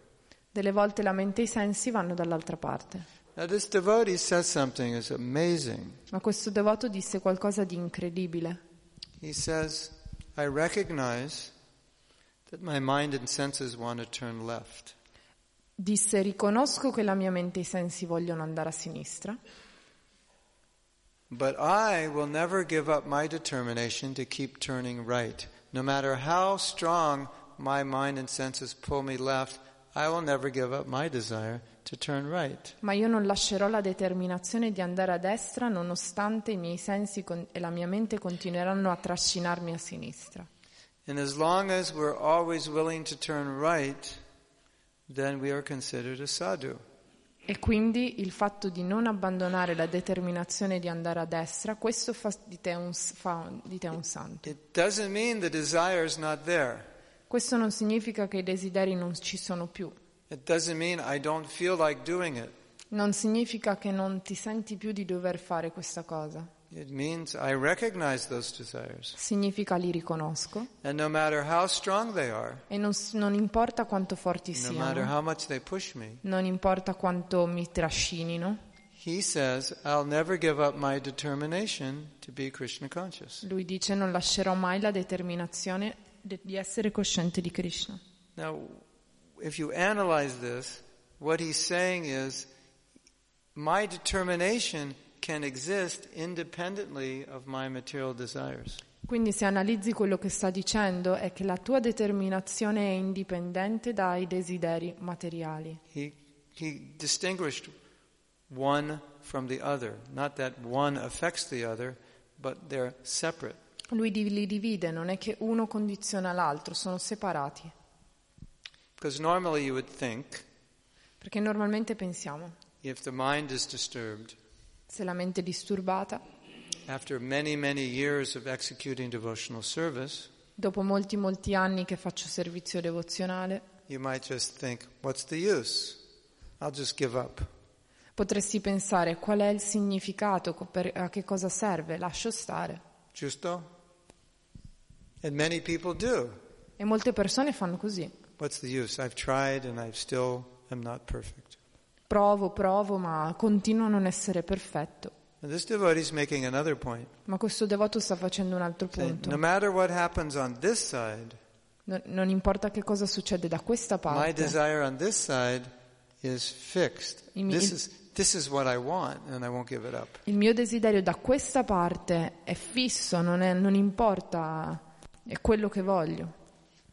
S3: Delle volte la mente e i sensi vanno dall'altra parte.
S2: Now this devotee says something is amazing.
S3: Ma questo devoto disse qualcosa di incredibile.
S2: He says, I recognize that my mind and senses want to turn left.
S3: Disse riconosco che la mia mente e i sensi vogliono andare a sinistra,
S2: But I will never give up my determination to keep turning right. No matter how strong my mind and senses pull me left, I will never give up my desire to turn right.
S3: ma io non lascerò la determinazione di andare a destra nonostante i miei sensi con- e la mia mente continueranno a trascinarmi a sinistra.
S2: And as long as we're always willing to turn right, then we are considered a sadhu.
S3: E quindi il fatto di non abbandonare la determinazione di andare a destra, questo fa di te un, s- fa di te un santo.
S2: It doesn't mean the desire is not there.
S3: Questo non significa che i desideri non ci sono più,
S2: It doesn't mean I don't feel like doing it.
S3: non significa che non ti senti più di dover fare questa cosa,
S2: It means I recognize those desires.
S3: significa li riconosco
S2: And no matter how strong they are,
S3: e non, s- non importa quanto forti
S2: no matter
S3: siano,
S2: how much they push me,
S3: non importa quanto mi trascinino.
S2: he says, I'll never give up my determination to be Krishna conscious.
S3: Lui dice non lascerò mai la determinazione de- di essere cosciente di Krishna.
S2: Now, if you analyze this, what he's saying is my determination can exist independently of my material desires.
S3: Quindi se analizzi quello che sta dicendo è che la tua determinazione è indipendente dai desideri materiali.
S2: He, he distinguished one from the other. Not that one affects the other, but they're separate.
S3: Lui di- li divide, non è che uno condiziona l'altro, sono separati.
S2: Because normally you would think
S3: Perché normalmente pensiamo,
S2: if the mind is disturbed
S3: se la mente è disturbata,
S2: after many, many years of executing devotional service,
S3: dopo molti molti anni che faccio servizio devozionale,
S2: you might just think, what's the use? I'll just give up.
S3: potresti pensare qual è il significato, co- per- a che cosa serve, lascio stare.
S2: Justo? And many people do.
S3: E molte persone fanno così.
S2: What's the use? I've tried and I still am not perfect.
S3: Provo, provo, ma continuo a non essere perfetto.
S2: And this devotee is making another point.
S3: Ma questo devoto sta facendo un altro
S2: Saying, no
S3: punto.
S2: matter what happens on this side,
S3: Non, non importa che cosa succede da questa
S2: my
S3: parte,
S2: desire on this side is fixed.
S3: You mean-
S2: This is, this is what I want and I won't give it up.
S3: il mio desiderio da questa parte è fisso, non, è- non importa, è quello che voglio.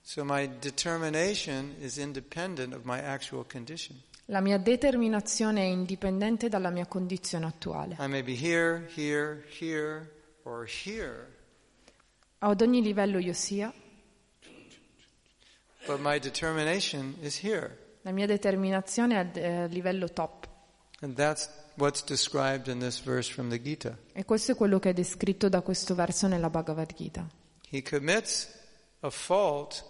S2: So my determination is independent of my actual condition.
S3: La mia determinazione è indipendente dalla mia condizione attuale.
S2: I may be here, here, here, or here,
S3: Ad ogni livello io sia,
S2: but my determination is here.
S3: la mia determinazione è ad- eh, a livello top.
S2: And that's what's described in this verse from the Gita.
S3: E questo è quello che è descritto da questo verso nella Bhagavad Gita.
S2: He commits a fault,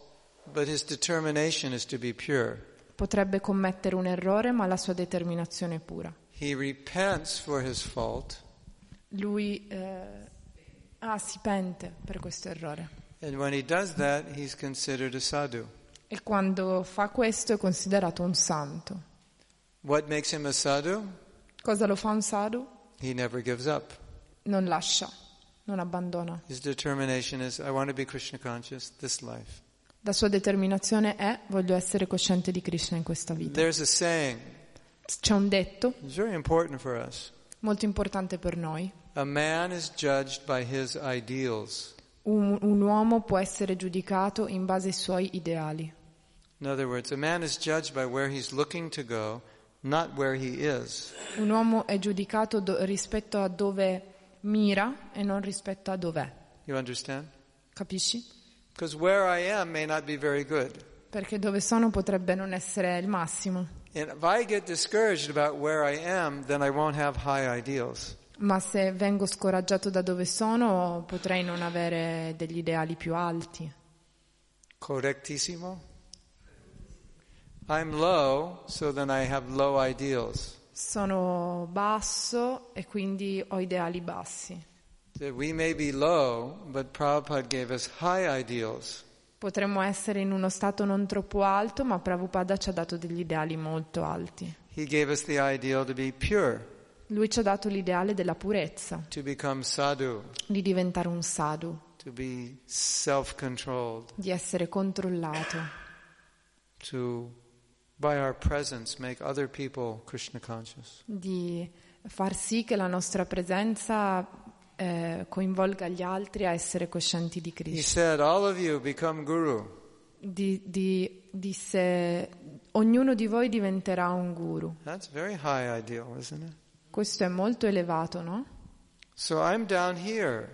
S2: but his determination is to be pure.
S3: Potrebbe commettere un errore, ma la sua determinazione è pura.
S2: He repents for his fault,
S3: Lui eh, ah, si pente per questo errore.
S2: and when he does that, he's considered a sadhu.
S3: E quando fa questo è considerato un santo.
S2: What makes him a sadhu?
S3: Cosa lo fa un sadhu?
S2: He never gives up.
S3: Non lascia, non abbandona.
S2: His determination is, I want to be Krishna conscious this life.
S3: La sua determinazione è voglio essere cosciente di Krishna in questa vita.
S2: There's a saying,
S3: C'è un detto
S2: it's very important for us.
S3: molto importante per noi.
S2: A man is judged by his ideals.
S3: Un, un uomo può essere giudicato in base ai suoi ideali.
S2: In other words, a man is judged by where he's looking to go, not where he is.
S3: Un uomo è giudicato do- rispetto a dove mira e non rispetto a dov'è.
S2: You understand?
S3: Capisci?
S2: Because where I am may not be very good.
S3: Perché dove sono potrebbe non essere il massimo.
S2: And if I get discouraged about where I am, then I won't have high ideals.
S3: Ma se vengo scoraggiato da dove sono, potrei non avere degli ideali più alti.
S2: Correctissimo? I'm low, so then I have low ideals.
S3: Sono basso e quindi ho ideali bassi.
S2: That we may be low, but Prabhupada gave us high ideals.
S3: Potremmo essere in uno stato non troppo alto, ma Prabhupada ci ha dato degli ideali molto alti.
S2: He gave us the ideal to be pure,
S3: Lui ci ha dato l'ideale della purezza,
S2: to become sadhu,
S3: di diventare un sadhu,
S2: to be self-controlled,
S3: di essere controllato,
S2: to, by our presence, make other people Krishna conscious.
S3: di far sì che la nostra presenza eh, coinvolga gli altri a essere coscienti di
S2: He
S3: Krishna.
S2: said, all of you become guru.
S3: di, di- disse ognuno di voi diventerà un guru.
S2: That's a very high ideal, isn't it?
S3: Questo è molto elevato, no?
S2: So I'm down here,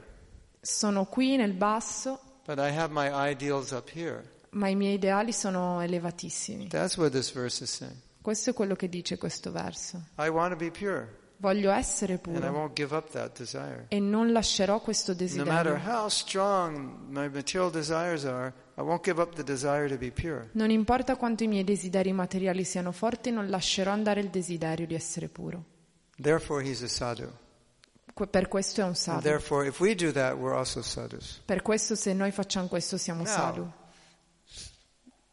S3: Sono qui nel basso,
S2: but I have my ideals up here.
S3: ma i miei ideali sono elevatissimi.
S2: That's what this verse is saying.
S3: Questo è quello che dice questo verso.
S2: I want to be pure,
S3: Voglio essere
S2: and I
S3: puro
S2: won't give up that desire.
S3: e non lascerò questo
S2: No matter
S3: desiderio.
S2: how strong my material desires are, I won't give up the desire to be pure.
S3: Non importa quanto i miei desideri materiali siano forti, non lascerò andare il desiderio di essere puro.
S2: Therefore, he's a sadhu.
S3: Que- Per questo è un
S2: And
S3: sadhu.
S2: therefore, if we do that, we're also sadhus.
S3: Per questo se noi facciamo questo siamo
S2: No.
S3: sadhu.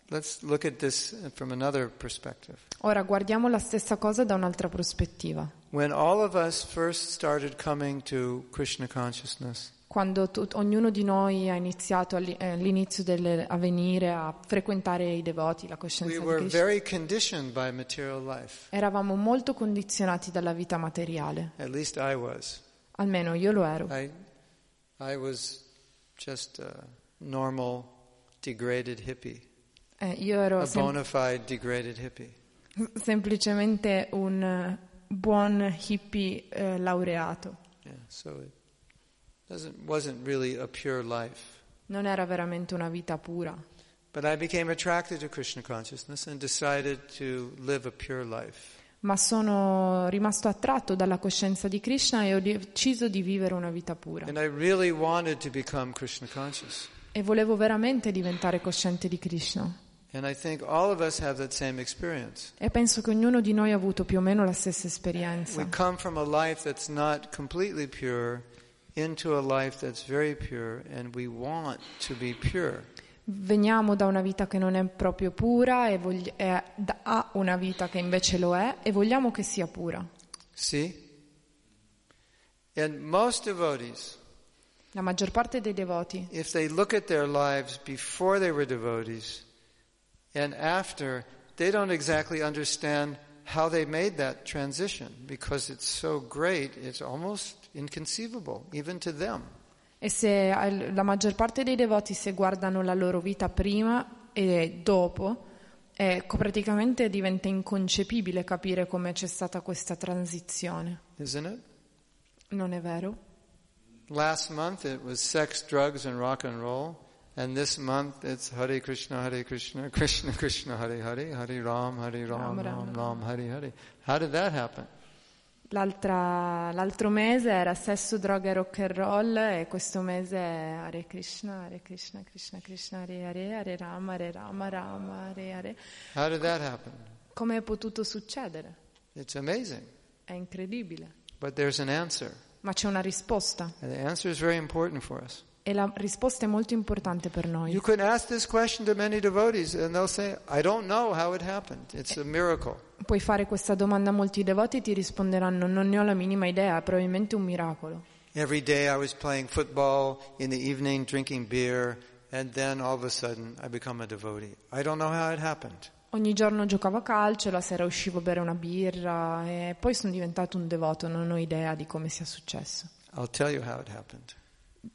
S2: Let's look at this from another perspective.
S3: Ora guardiamo la stessa cosa da un'altra prospettiva.
S2: When all of us first started coming to Krishna consciousness,
S3: quando tut- ognuno di noi ha iniziato alli- eh, all'inizio del, a venire a frequentare i devoti, la
S2: We
S3: coscienza di
S2: were
S3: Krishna,
S2: very conditioned by material life.
S3: eravamo molto condizionati dalla vita materiale,
S2: At least I was.
S3: almeno io lo ero.
S2: I, I was just a normal, degraded hippie,
S3: Eh, io ero
S2: a
S3: sem-
S2: bona fide degraded hippie.
S3: <laughs> semplicemente un eh, buon hippie eh, laureato.
S2: Yeah, so it doesn't, wasn't really a pure life.
S3: Non era veramente una vita pura.
S2: But I became attracted to Krishna consciousness and decided to live a pure life.
S3: Ma sono rimasto attratto dalla coscienza di Krishna e ho deciso di vivere una vita pura.
S2: And I really wanted to become Krishna conscious.
S3: E volevo veramente diventare cosciente di Krishna.
S2: And I think all of us have that same experience.
S3: E penso che ognuno di noi ha avuto più o meno la stessa
S2: We
S3: esperienza.
S2: come from a life that's not completely pure into a life that's very pure, and we want to be pure.
S3: Veniamo da una vita che non è proprio pura e vogli- e da- a una vita che invece lo è e vogliamo che sia pura.
S2: See? And most devotees,
S3: La maggior parte dei devoti,
S2: if they look at their lives before they were devotees and after, they don't exactly understand how they made that transition because it's so great, it's almost inconceivable, even to them.
S3: e se al- la maggior parte dei devoti se guardano la loro vita prima e dopo, eh, co- praticamente diventa inconcepibile capire come c'è stata questa transizione.
S2: Isn't it?
S3: Non è vero?
S2: Last month it was sex, drugs, and rock and roll. And this month it's Hare Krishna, Hare Krishna, <laughs> Krishna Krishna, Hare Hare, Hare Ram, Hare Ram,
S3: Ram,
S2: Ram
S3: Ram,
S2: Ram, Hare Hare. How did that happen?
S3: L'altra- l'altro mese era sesso, droga e rock and roll e questo mese è Hare Krishna, Hare Krishna, Krishna Krishna, Hare Hare, Hare Rama, Hare Rama, Rama, Hare Hare.
S2: How did that happen?
S3: Come è potuto succedere?
S2: It's amazing.
S3: È incredibile.
S2: But there's an answer.
S3: Ma c'è una risposta
S2: And the answer is very important for us.
S3: e la risposta è molto importante per noi.
S2: You could ask this question to many devotees and they'll say, I don't know how it happened. It's a miracle.
S3: Puoi fare questa domanda a molti devoti e ti risponderanno non ne ho la minima idea, è probabilmente un miracolo.
S2: Every day I was playing football in the evening, drinking beer, and then all of a sudden I become a devotee. I don't know how it happened.
S3: Ogni giorno giocavo a calcio, la sera uscivo a bere una birra e poi sono diventato un devoto, non ho idea di come sia successo.
S2: I'll tell you how it happened.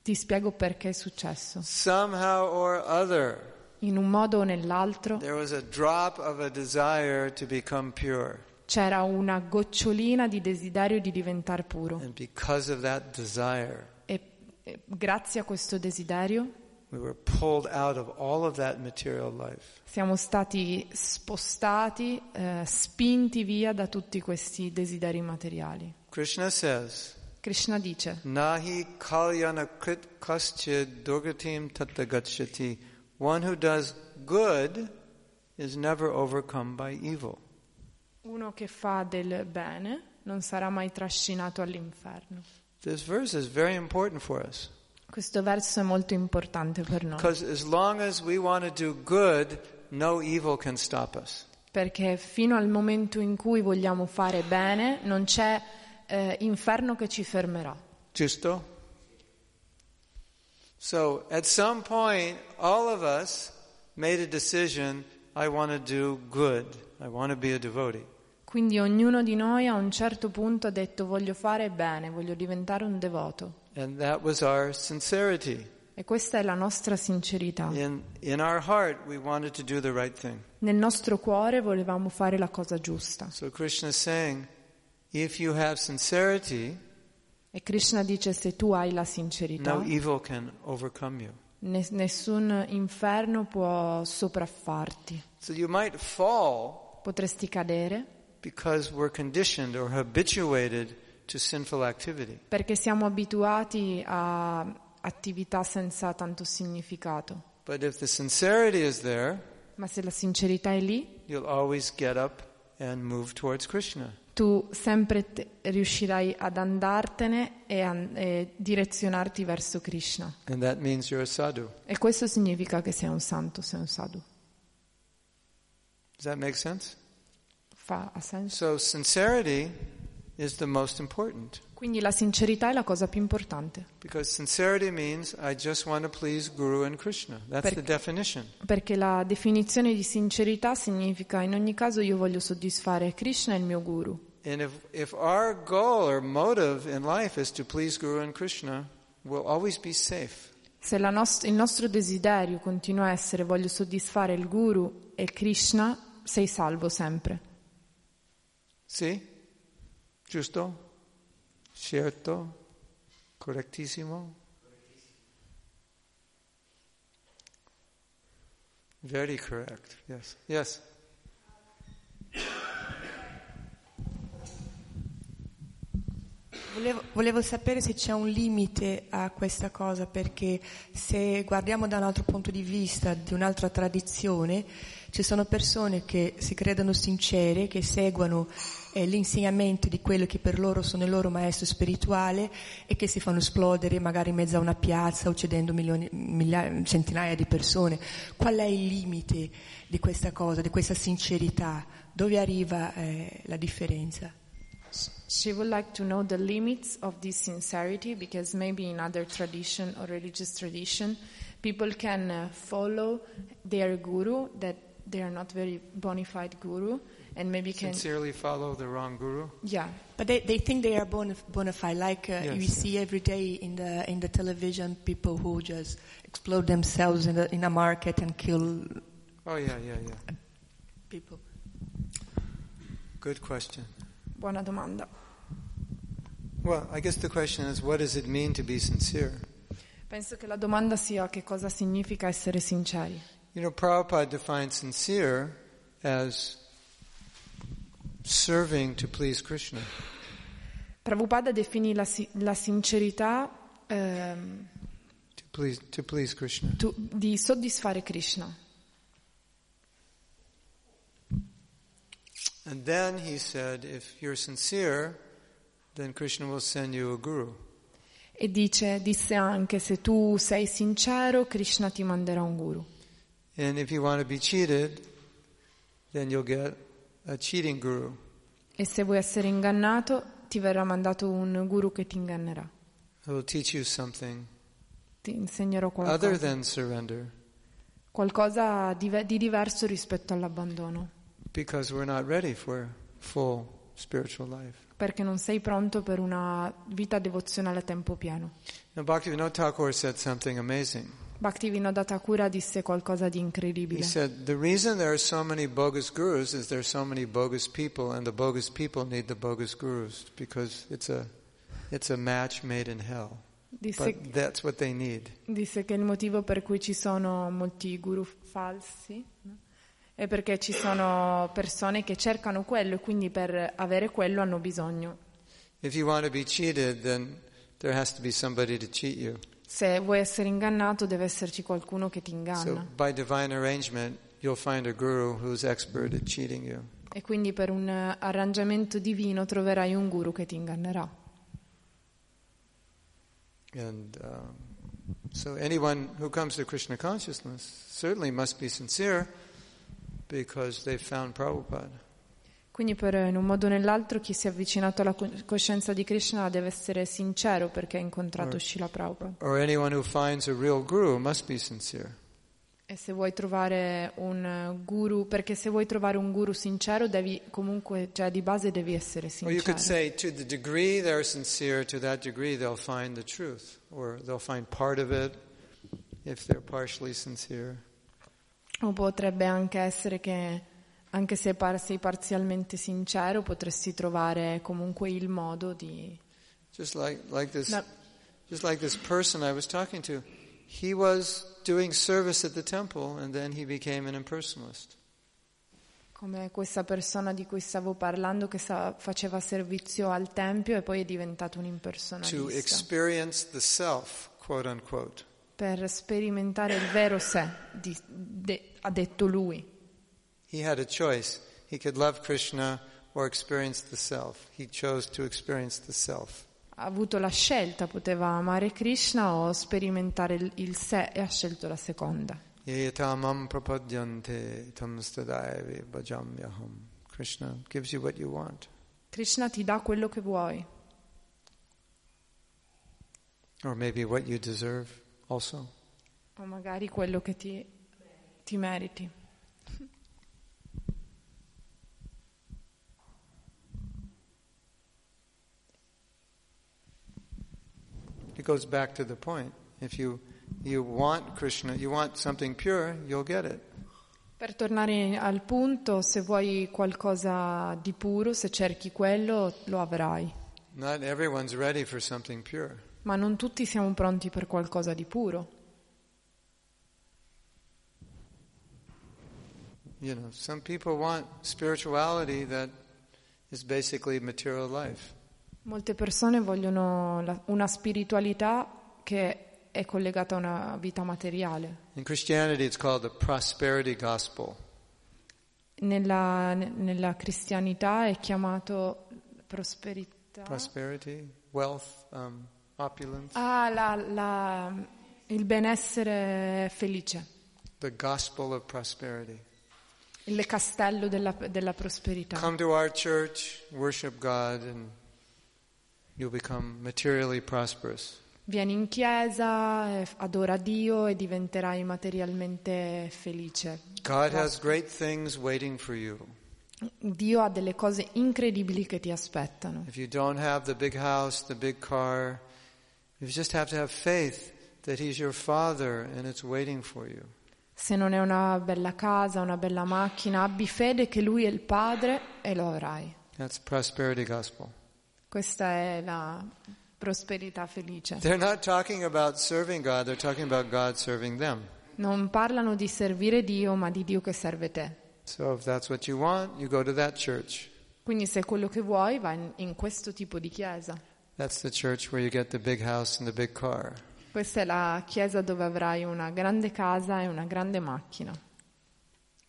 S3: Ti spiego perché è successo.
S2: Somehow or other,
S3: In un modo o nell'altro
S2: there was a drop of a desire to become pure.
S3: c'era una gocciolina di desiderio di diventare puro
S2: And because of that desire,
S3: e e grazie a questo desiderio
S2: we were pulled out of all of that material life.
S3: siamo stati spostati, eh, spinti via da tutti questi desideri materiali.
S2: Krishna says,
S3: Krishna dice,
S2: Nahi kalyana krit kaschid durgatim tattagacchati. One who does good is never overcome by evil.
S3: uno che fa del bene non sarà mai trascinato all'inferno.
S2: This verse is very important for us
S3: Questo verso è molto importante per noi,
S2: because as long as we want to do good, no evil can stop us.
S3: perché fino al momento in cui vogliamo fare bene non c'è eh, inferno che ci fermerà.
S2: Justo. So at some point, all of us made a decision I want to do good, I want to be a devotee.
S3: Quindi ognuno di noi a un certo punto ha detto voglio fare bene, voglio diventare un devoto.
S2: And that was our sincerity.
S3: E questa è la nostra sincerità.
S2: In, in our heart, we wanted to do the right thing.
S3: Nel nostro cuore volevamo fare la cosa giusta.
S2: So Krishna is saying, if you have sincerity,
S3: E Krishna dice se tu hai la sincerità,
S2: no evil can overcome you.
S3: ne- nessun inferno può sopraffarti.
S2: So you might fall
S3: Potresti cadere
S2: because we're conditioned or habituated to sinful activity.
S3: perché siamo abituati a attività senza tanto significato.
S2: But if the sincerity is there,
S3: Ma se la sincerità è lì,
S2: you'll always get up and move towards Krishna.
S3: tu sempre te- riuscirai ad andartene e, an- e direzionarti verso Krishna.
S2: And that means you're a sadhu.
S3: E questo significa che sei un santo, sei un sadhu.
S2: Does that make sense?
S3: Fa ha senso?
S2: So sincerity is the most important.
S3: Quindi la sincerità è la cosa più importante,
S2: Because sincerity means I just want to please Guru and Krishna. That's the
S3: Perché-
S2: definition.
S3: perché la definizione di sincerità significa in ogni caso io voglio soddisfare Krishna e il mio guru.
S2: And if, if our goal or motive in life is to please Guru and Krishna, we'll always be safe.
S3: Se la nos- il nostro desiderio continua a essere voglio soddisfare il guru e Krishna, sei salvo sempre.
S2: Sì? Giusto? Certo? Correttissimo? Very correct. Yes. Yes.
S4: Volevo, volevo sapere se c'è un limite a questa cosa, perché se guardiamo da un altro punto di vista, di un'altra tradizione, ci sono persone che si credono sincere, che seguono eh, l'insegnamento di quello che per loro sono il loro maestro spirituale e che si fanno esplodere magari in mezzo a una piazza uccidendo milioni- miglia- centinaia di persone. Qual è il limite di questa cosa, di questa sincerità? Dove arriva eh, la differenza?
S3: She would like to know the limits of this sincerity because maybe in other tradition or religious tradition, people can uh, follow their guru that they are not very bona fide guru and maybe can
S2: Sincerely follow the wrong Guru.
S3: yeah
S4: But they, they think they are bona, bona fide, like uh,
S2: Yes.
S4: we see every day in the in the television, people who just explode themselves in, the, in a market and kill
S2: Oh, yeah, yeah, yeah.
S4: people.
S2: Good question.
S3: buona domanda.
S2: Well, I guess the question is what does it mean to be sincere?
S3: Penso che la domanda sia che cosa significa essere sinceri.
S2: You know, Prabhupada defined sincere as serving to please Krishna.
S3: Prabhupada definì la, si- la sincerità ehm,
S2: To please, to please Krishna.
S3: tu- di soddisfare Krishna.
S2: And then he said, if you're sincere, then Krishna will send you a guru.
S3: E dice, disse anche, se tu sei sincero, Krishna ti manderà un guru.
S2: And if you want to be cheated, then you'll get a cheating guru.
S3: E se vuoi essere ingannato, ti verrà mandato un guru che ti ingannerà.
S2: who will teach you something
S3: Ti insegnerò
S2: other
S3: qualcosa,
S2: than surrender
S3: qualcosa di, ve- di diverso rispetto all'abbandono,
S2: because we're not ready for full spiritual life.
S3: perché non sei pronto per una vita devozionale a tempo pieno.
S2: Now, Bhaktivinoda Thakur said something amazing.
S3: Bhaktivinoda Thakura disse qualcosa di
S2: He
S3: incredibile.
S2: said, The reason there are so many bogus gurus is there are so many bogus people, and the bogus people need the bogus gurus because it's a, it's a match made in hell.
S3: Disse,
S2: But that's what they need.
S3: disse che il motivo per cui ci sono molti guru falsi no? è perché ci sono persone che cercano quello e quindi per avere quello hanno bisogno.
S2: If you want to be cheated, then there has to be somebody to cheat you.
S3: Se vuoi essere ingannato deve esserci qualcuno che ti
S2: So,
S3: inganna.
S2: by divine arrangement, you'll find a guru who's expert at cheating you.
S3: E quindi per un eh, arrangiamento divino troverai un guru che ti ingannerà.
S2: And um, so, anyone who comes to Krishna consciousness certainly must be sincere because they found Prabhupada.
S3: Quindi per, eh, in un modo o nell'altro chi si è avvicinato alla co- coscienza di Krishna deve essere sincero perché ha incontrato Srila Prabhupada.
S2: Or anyone who finds a real guru must be sincere.
S3: E se vuoi trovare un eh, guru, perché se vuoi trovare un guru sincero devi comunque, cioè di base devi essere
S2: Or you could
S3: sincero.
S2: say, to the degree they're sincere, to that degree they'll find the truth, or they'll find part of it if they're partially sincere.
S3: O potrebbe anche essere che anche se par- sei parzialmente sincero potresti trovare comunque il modo di...
S2: Just like, like this,
S3: No.
S2: just like this person I was talking to, he was doing service at the temple, and then he became an impersonalist.
S3: come questa persona di cui stavo parlando che sa- faceva servizio al tempio e poi è diventato un
S2: to
S3: impersonalista
S2: experience the self, quote unquote.
S3: per sperimentare il vero sé, di- de- ha detto lui.
S2: He had a choice. He could love Krishna or experience the self. He chose to experience the self.
S3: Ha avuto la scelta, poteva amare Krishna o sperimentare il, il sé e ha scelto la seconda.
S2: Yetamam prapadyante tam stadaive bhajamyaham. Krishna gives you what you want.
S3: Krishna ti dà quello che vuoi,
S2: or maybe what you deserve also.
S3: o magari quello che ti, ti meriti.
S2: It goes back to the point. If you, you want Krishna, you want something pure, you'll get it.
S3: Per tornare al punto, se vuoi qualcosa di puro, se cerchi quello, lo avrai.
S2: Not everyone's ready for something pure.
S3: Ma non tutti siamo pronti per qualcosa di puro.
S2: You know, some people want spirituality that is basically material life.
S3: Molte persone vogliono la- una spiritualità che è collegata a una vita materiale.
S2: In Christianity, it's called the prosperity gospel.
S3: Nella, ne- nella cristianità è chiamato prosperità.
S2: Prosperity, wealth, um, opulence.
S3: ah, la- la- il benessere felice,
S2: The gospel of prosperity.
S3: il castello della, della prosperità.
S2: Come to our church, worship God, and you'll become materially prosperous.
S3: Vieni in chiesa, eh, adora Dio e diventerai materialmente felice.
S2: God has great things waiting for you.
S3: Dio ha delle cose incredibili che ti aspettano.
S2: If you don't have the big house, the big car, you just have to have faith that He's your Father and it's waiting for you.
S3: Se non è una bella casa, una bella macchina, abbi fede che Lui è il Padre e lo avrai.
S2: That's prosperity gospel.
S3: Questa è la prosperità felice.
S2: They're not talking about serving God, they're talking about God serving them.
S3: Non parlano di servire Dio, ma di Dio che serve te.
S2: So if that's what you want, you go to that church.
S3: Quindi se è quello che vuoi, vai in, in questo tipo di chiesa.
S2: That's the church where you get the big house and the big car.
S3: Questa è la chiesa dove avrai una grande casa e una grande macchina.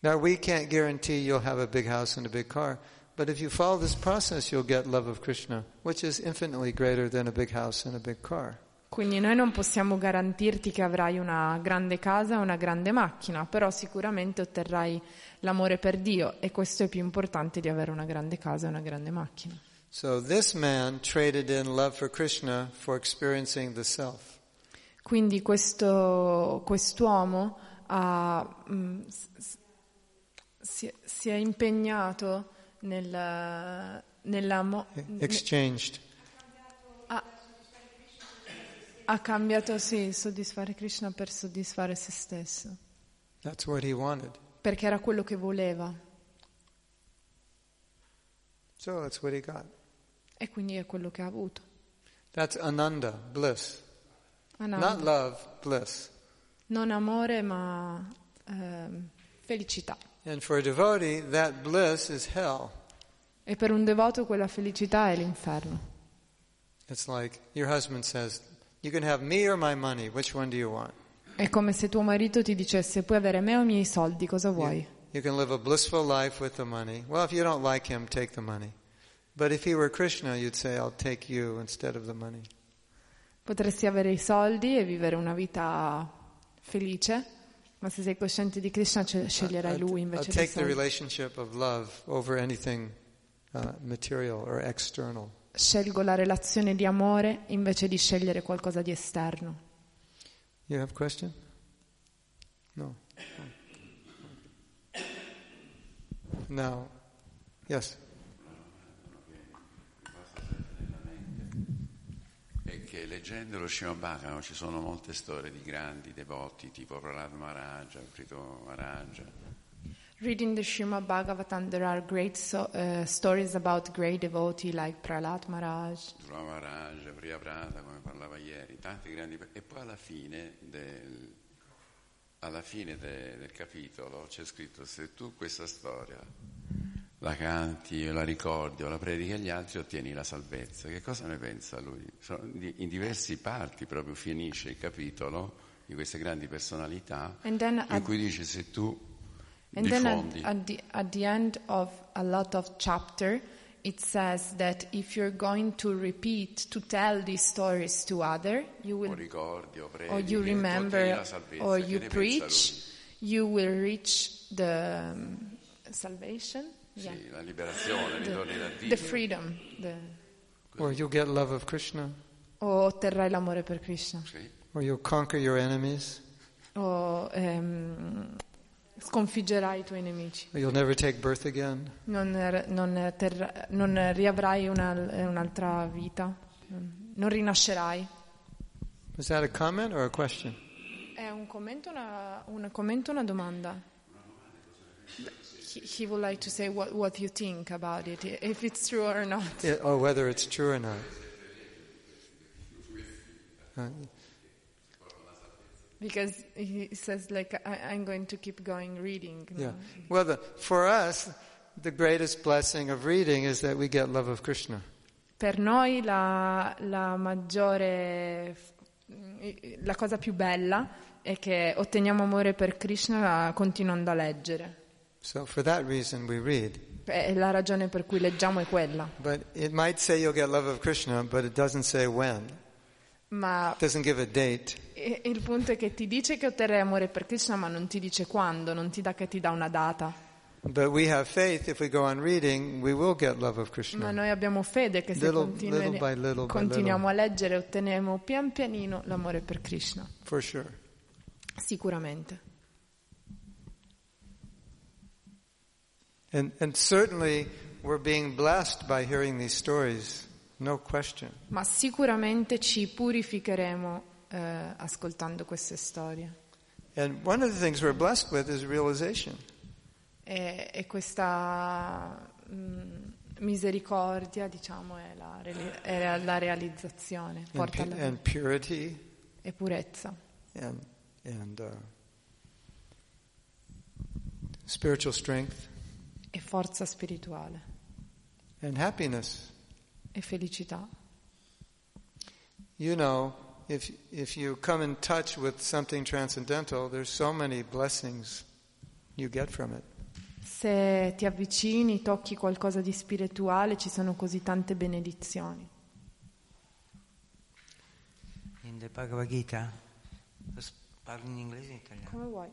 S2: Now, we can't guarantee you'll have a big house and a big car, but if you follow this process, you'll get love of Krishna, which is infinitely greater than a big house and a big car.
S3: Quindi noi non possiamo garantirti che avrai una grande casa e una grande macchina, però sicuramente otterrai l'amore per Dio e questo è più importante di avere una grande casa e una grande macchina.
S2: So, this man traded in love for Krishna for experiencing the self.
S3: Quindi questo, quest'uomo ha, mh, s- s- si, si è impegnato nel, nell'amo-
S2: Eh, Exchanged.
S3: ha cambiato sì, soddisfare Krishna per soddisfare se stesso,
S2: That's what he wanted.
S3: perché era quello che voleva
S2: So, that's what he got.
S3: e quindi è quello che ha avuto.
S2: That's Ananda, bliss.
S3: Ananda.
S2: Not love, bliss.
S3: non amore ma ehm, felicità.
S2: And for a devotee, that bliss is hell.
S3: E per un devoto quella felicità è l'inferno.
S2: It's like your husband says, You can have me or my money. Which one do you want?
S3: È come se tuo marito ti dicesse puoi avere me o i miei soldi, cosa vuoi?
S2: You can live a blissful life with the money. Well, if you don't like him, take the money. But if he were Krishna, you'd say, I'll take you instead of the money.
S3: Potresti avere i soldi e vivere una vita felice, ma se sei cosciente di Krishna ce- sceglierai
S2: I'd-
S3: lui
S2: I'll
S3: invece dei
S2: take the
S3: soldi.
S2: relationship of love over anything uh, material or external.
S3: Scelgo la relazione di amore invece di scegliere qualcosa di esterno.
S2: You have a question? No. Now, yes.
S5: è che leggendo lo Srimad Bhagavatam ci sono molte storie di grandi devoti tipo Prahlad Maharaja, Prito Maharaja
S3: Reading the Srimad Bhagavatam, there are great so- uh, stories about great devotee like Prahlad Maharaj,
S5: Dhruva Maharaja, Priya Prata come parlava ieri tanti grandi pe- e poi alla fine del, alla fine de- del capitolo c'è scritto se tu questa storia la canti o la ricordi o la predichi agli altri ottieni la salvezza che cosa ne pensa lui? So- di- in diverse parti proprio finisce il capitolo di queste grandi personalità
S3: And then
S5: in
S3: at-
S5: cui dice se tu
S3: And then
S5: diffondi
S3: at, at, the, at the end of a lot of chapter, it says that if you're going to repeat, to tell these stories to other, you
S5: o
S3: will,
S5: ricordi o predichi
S3: or you
S5: o ottieni
S3: remember,
S5: la salvezza
S3: or
S5: che
S3: you
S5: ne pensa
S3: preach,
S5: lui?
S3: you will reach the um, salvation. Yeah.
S5: Sì, la liberazione, ritorni da
S3: The
S5: Dio.
S3: freedom. the-
S2: Or you'll get love of Krishna,
S3: o otterrai l'amore per Krishna.
S5: Sì.
S2: or you'll conquer your enemies,
S3: O ehm, sconfiggerai i tuoi nemici.
S2: or you'll never take birth again.
S3: Non, r- non ter- non riavrai una- eh, un'altra vita. Non, non rinascerai.
S2: Was that a comment or a question?
S3: È un commento, una, un commento, una domanda. He, he would like to say what, what you think about it, if it's true or not.
S2: Yeah, or whether it's true or not. Uh,
S3: Because he says like, I, I'm going to keep going reading. no?
S2: yeah. Well, the, for us, the greatest blessing of reading is that we get love of Krishna.
S3: Per noi la, la maggiore, la cosa più bella è che otteniamo amore per Krishna continuando a leggere.
S2: So for that reason, we read.
S3: E la ragione per cui leggiamo è quella.
S2: But it might say you'll get love of Krishna, but it doesn't say when.
S3: Ma
S2: It doesn't give a date.
S3: e- il punto è che ti dice che otterrai amore per Krishna, ma non ti dice quando, non ti dà che ti dà una data.
S2: But we have faith if we go on reading, we will get love of
S3: Ma
S2: Krishna.
S3: noi abbiamo fede che se
S2: Little-
S3: continui-
S2: little by little by
S3: continuiamo a leggere otteniamo pian pianino l'amore per Krishna.
S2: For sure.
S3: Sicuramente.
S2: And, and certainly, we're being blessed by hearing these stories. No question.
S3: Ma sicuramente ci purificheremo eh, ascoltando queste storie.
S2: And one of the things we're blessed with is realization.
S3: E, e questa mh, misericordia, diciamo, è la, reali- è la realizzazione,
S2: and,
S3: porta
S2: pu-
S3: alla,
S2: and purity
S3: e purezza
S2: and and uh, spiritual strength
S3: e forza spirituale
S2: and happiness.
S3: e felicità.
S2: You know, if if you come in touch with something transcendental, there's so many blessings you get from it.
S3: Se ti avvicini, tocchi qualcosa di spirituale, ci sono così tante benedizioni.
S6: In the Bhagavad Gita, s- parlo in inglese e in italiano.
S3: Come vuoi.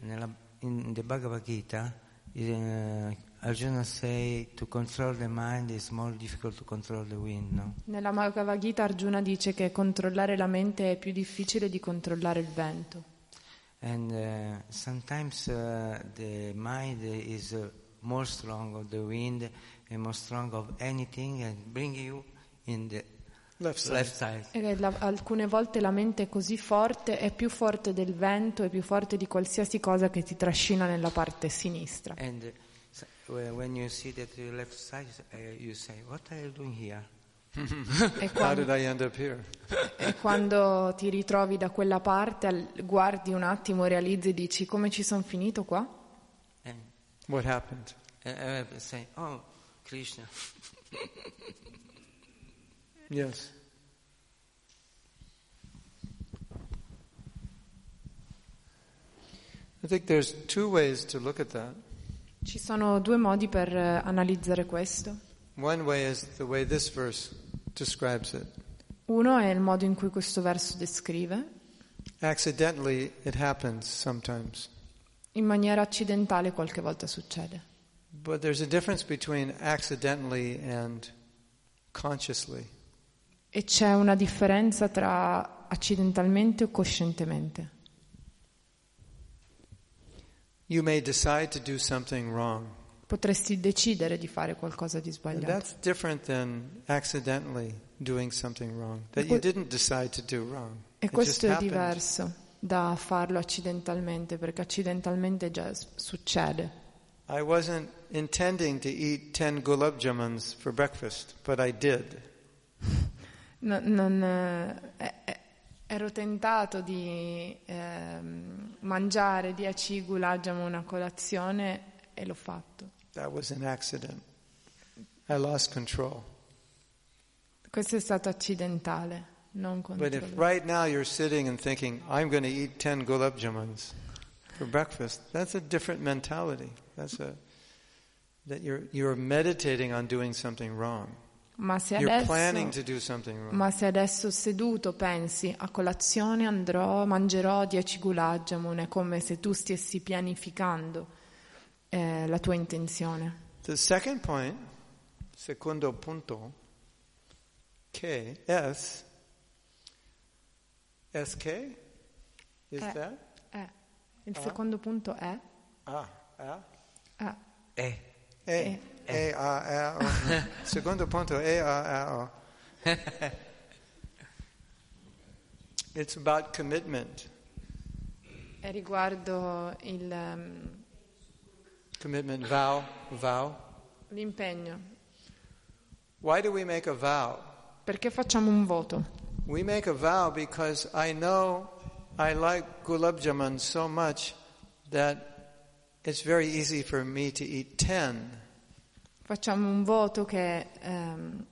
S6: Nella, in the Bhagavad Gita, eh, Arjuna say to control the mind is more difficult to control the wind, no?
S3: Nella Bhagavad Gita Arjuna dice che controllare la mente è più difficile di controllare il vento.
S6: And uh, sometimes uh, the mind is uh, more strong of the wind and more strong of anything and bring you in the
S2: Left side.
S6: left side.
S3: E che la- alcune volte la mente è così forte, è più forte del vento, è più forte di qualsiasi cosa che ti trascina nella parte sinistra.
S6: And uh, s- whe- when you see that the left side, uh, you say, what are you doing here?
S3: E
S2: How
S3: quan-
S2: did I end up here?
S3: e quando ti ritrovi da quella parte, al- guardi un attimo, realizzi e dici come ci sono finito qua?
S6: And
S2: What happened?
S6: uh, uh, say, oh, Krishna.
S2: Yes. I think there's two ways to look at that.
S3: Ci sono due modi per eh, analizzare questo.
S2: One way is the way this verse describes it.
S3: Uno è il modo in cui questo verso descrive,
S2: Accidentally, it happens sometimes.
S3: in maniera accidentale qualche volta succede.
S2: But there's a difference between accidentally and consciously.
S3: E c'è una differenza tra accidentalmente o coscientemente.
S2: You may decide to do something wrong.
S3: Potresti decidere di fare qualcosa di
S2: And
S3: sbagliato.
S2: that's different than accidentally doing something wrong, that you didn't decide to do wrong.
S3: E
S2: It just
S3: questo è
S2: happened.
S3: diverso da farlo accidentalmente, perché accidentalmente già s- succede.
S2: I wasn't intending to eat 10 gulab jamuns for breakfast, but I did.
S3: No- non, eh, eh, eh, ero tentato di ehm, mangiare 10 gulab jamun a colazione e l'ho fatto.
S2: That was an accident. I lost control.
S3: Questo è stato accidentale, non
S2: But if
S3: controllato.
S2: right now you're sitting and thinking, I'm going to eat 10 gulab jamuns for breakfast, that's a different mentality. That's a, that you're, you're meditating on doing something wrong.
S3: Ma se
S2: You're planning
S3: adesso...
S2: to do something wrong.
S3: Ma se adesso seduto pensi a colazione andrò, mangerò 10 gulab jamun, è come se tu stessi pianificando. eh, la tua intenzione.
S2: The second point, secondo punto, K, S, SK, is
S3: Eh.
S2: that?
S3: Eh, Il secondo punto è...
S2: Ah, ah.
S3: eh,
S6: Eh.
S2: E, e, A, E, O. <laughs> Secondo punto, E, A, E, O. <laughs> It's about commitment.
S3: è riguardo il, ehm,
S2: Commitment, vow, vow.
S3: l'impegno.
S2: Why do we make a vow?
S3: Perché facciamo un voto?
S2: We make a vow because I know I like gulab jamun so much that it's very easy for me to eat 10.
S3: Facciamo un voto che... ehm,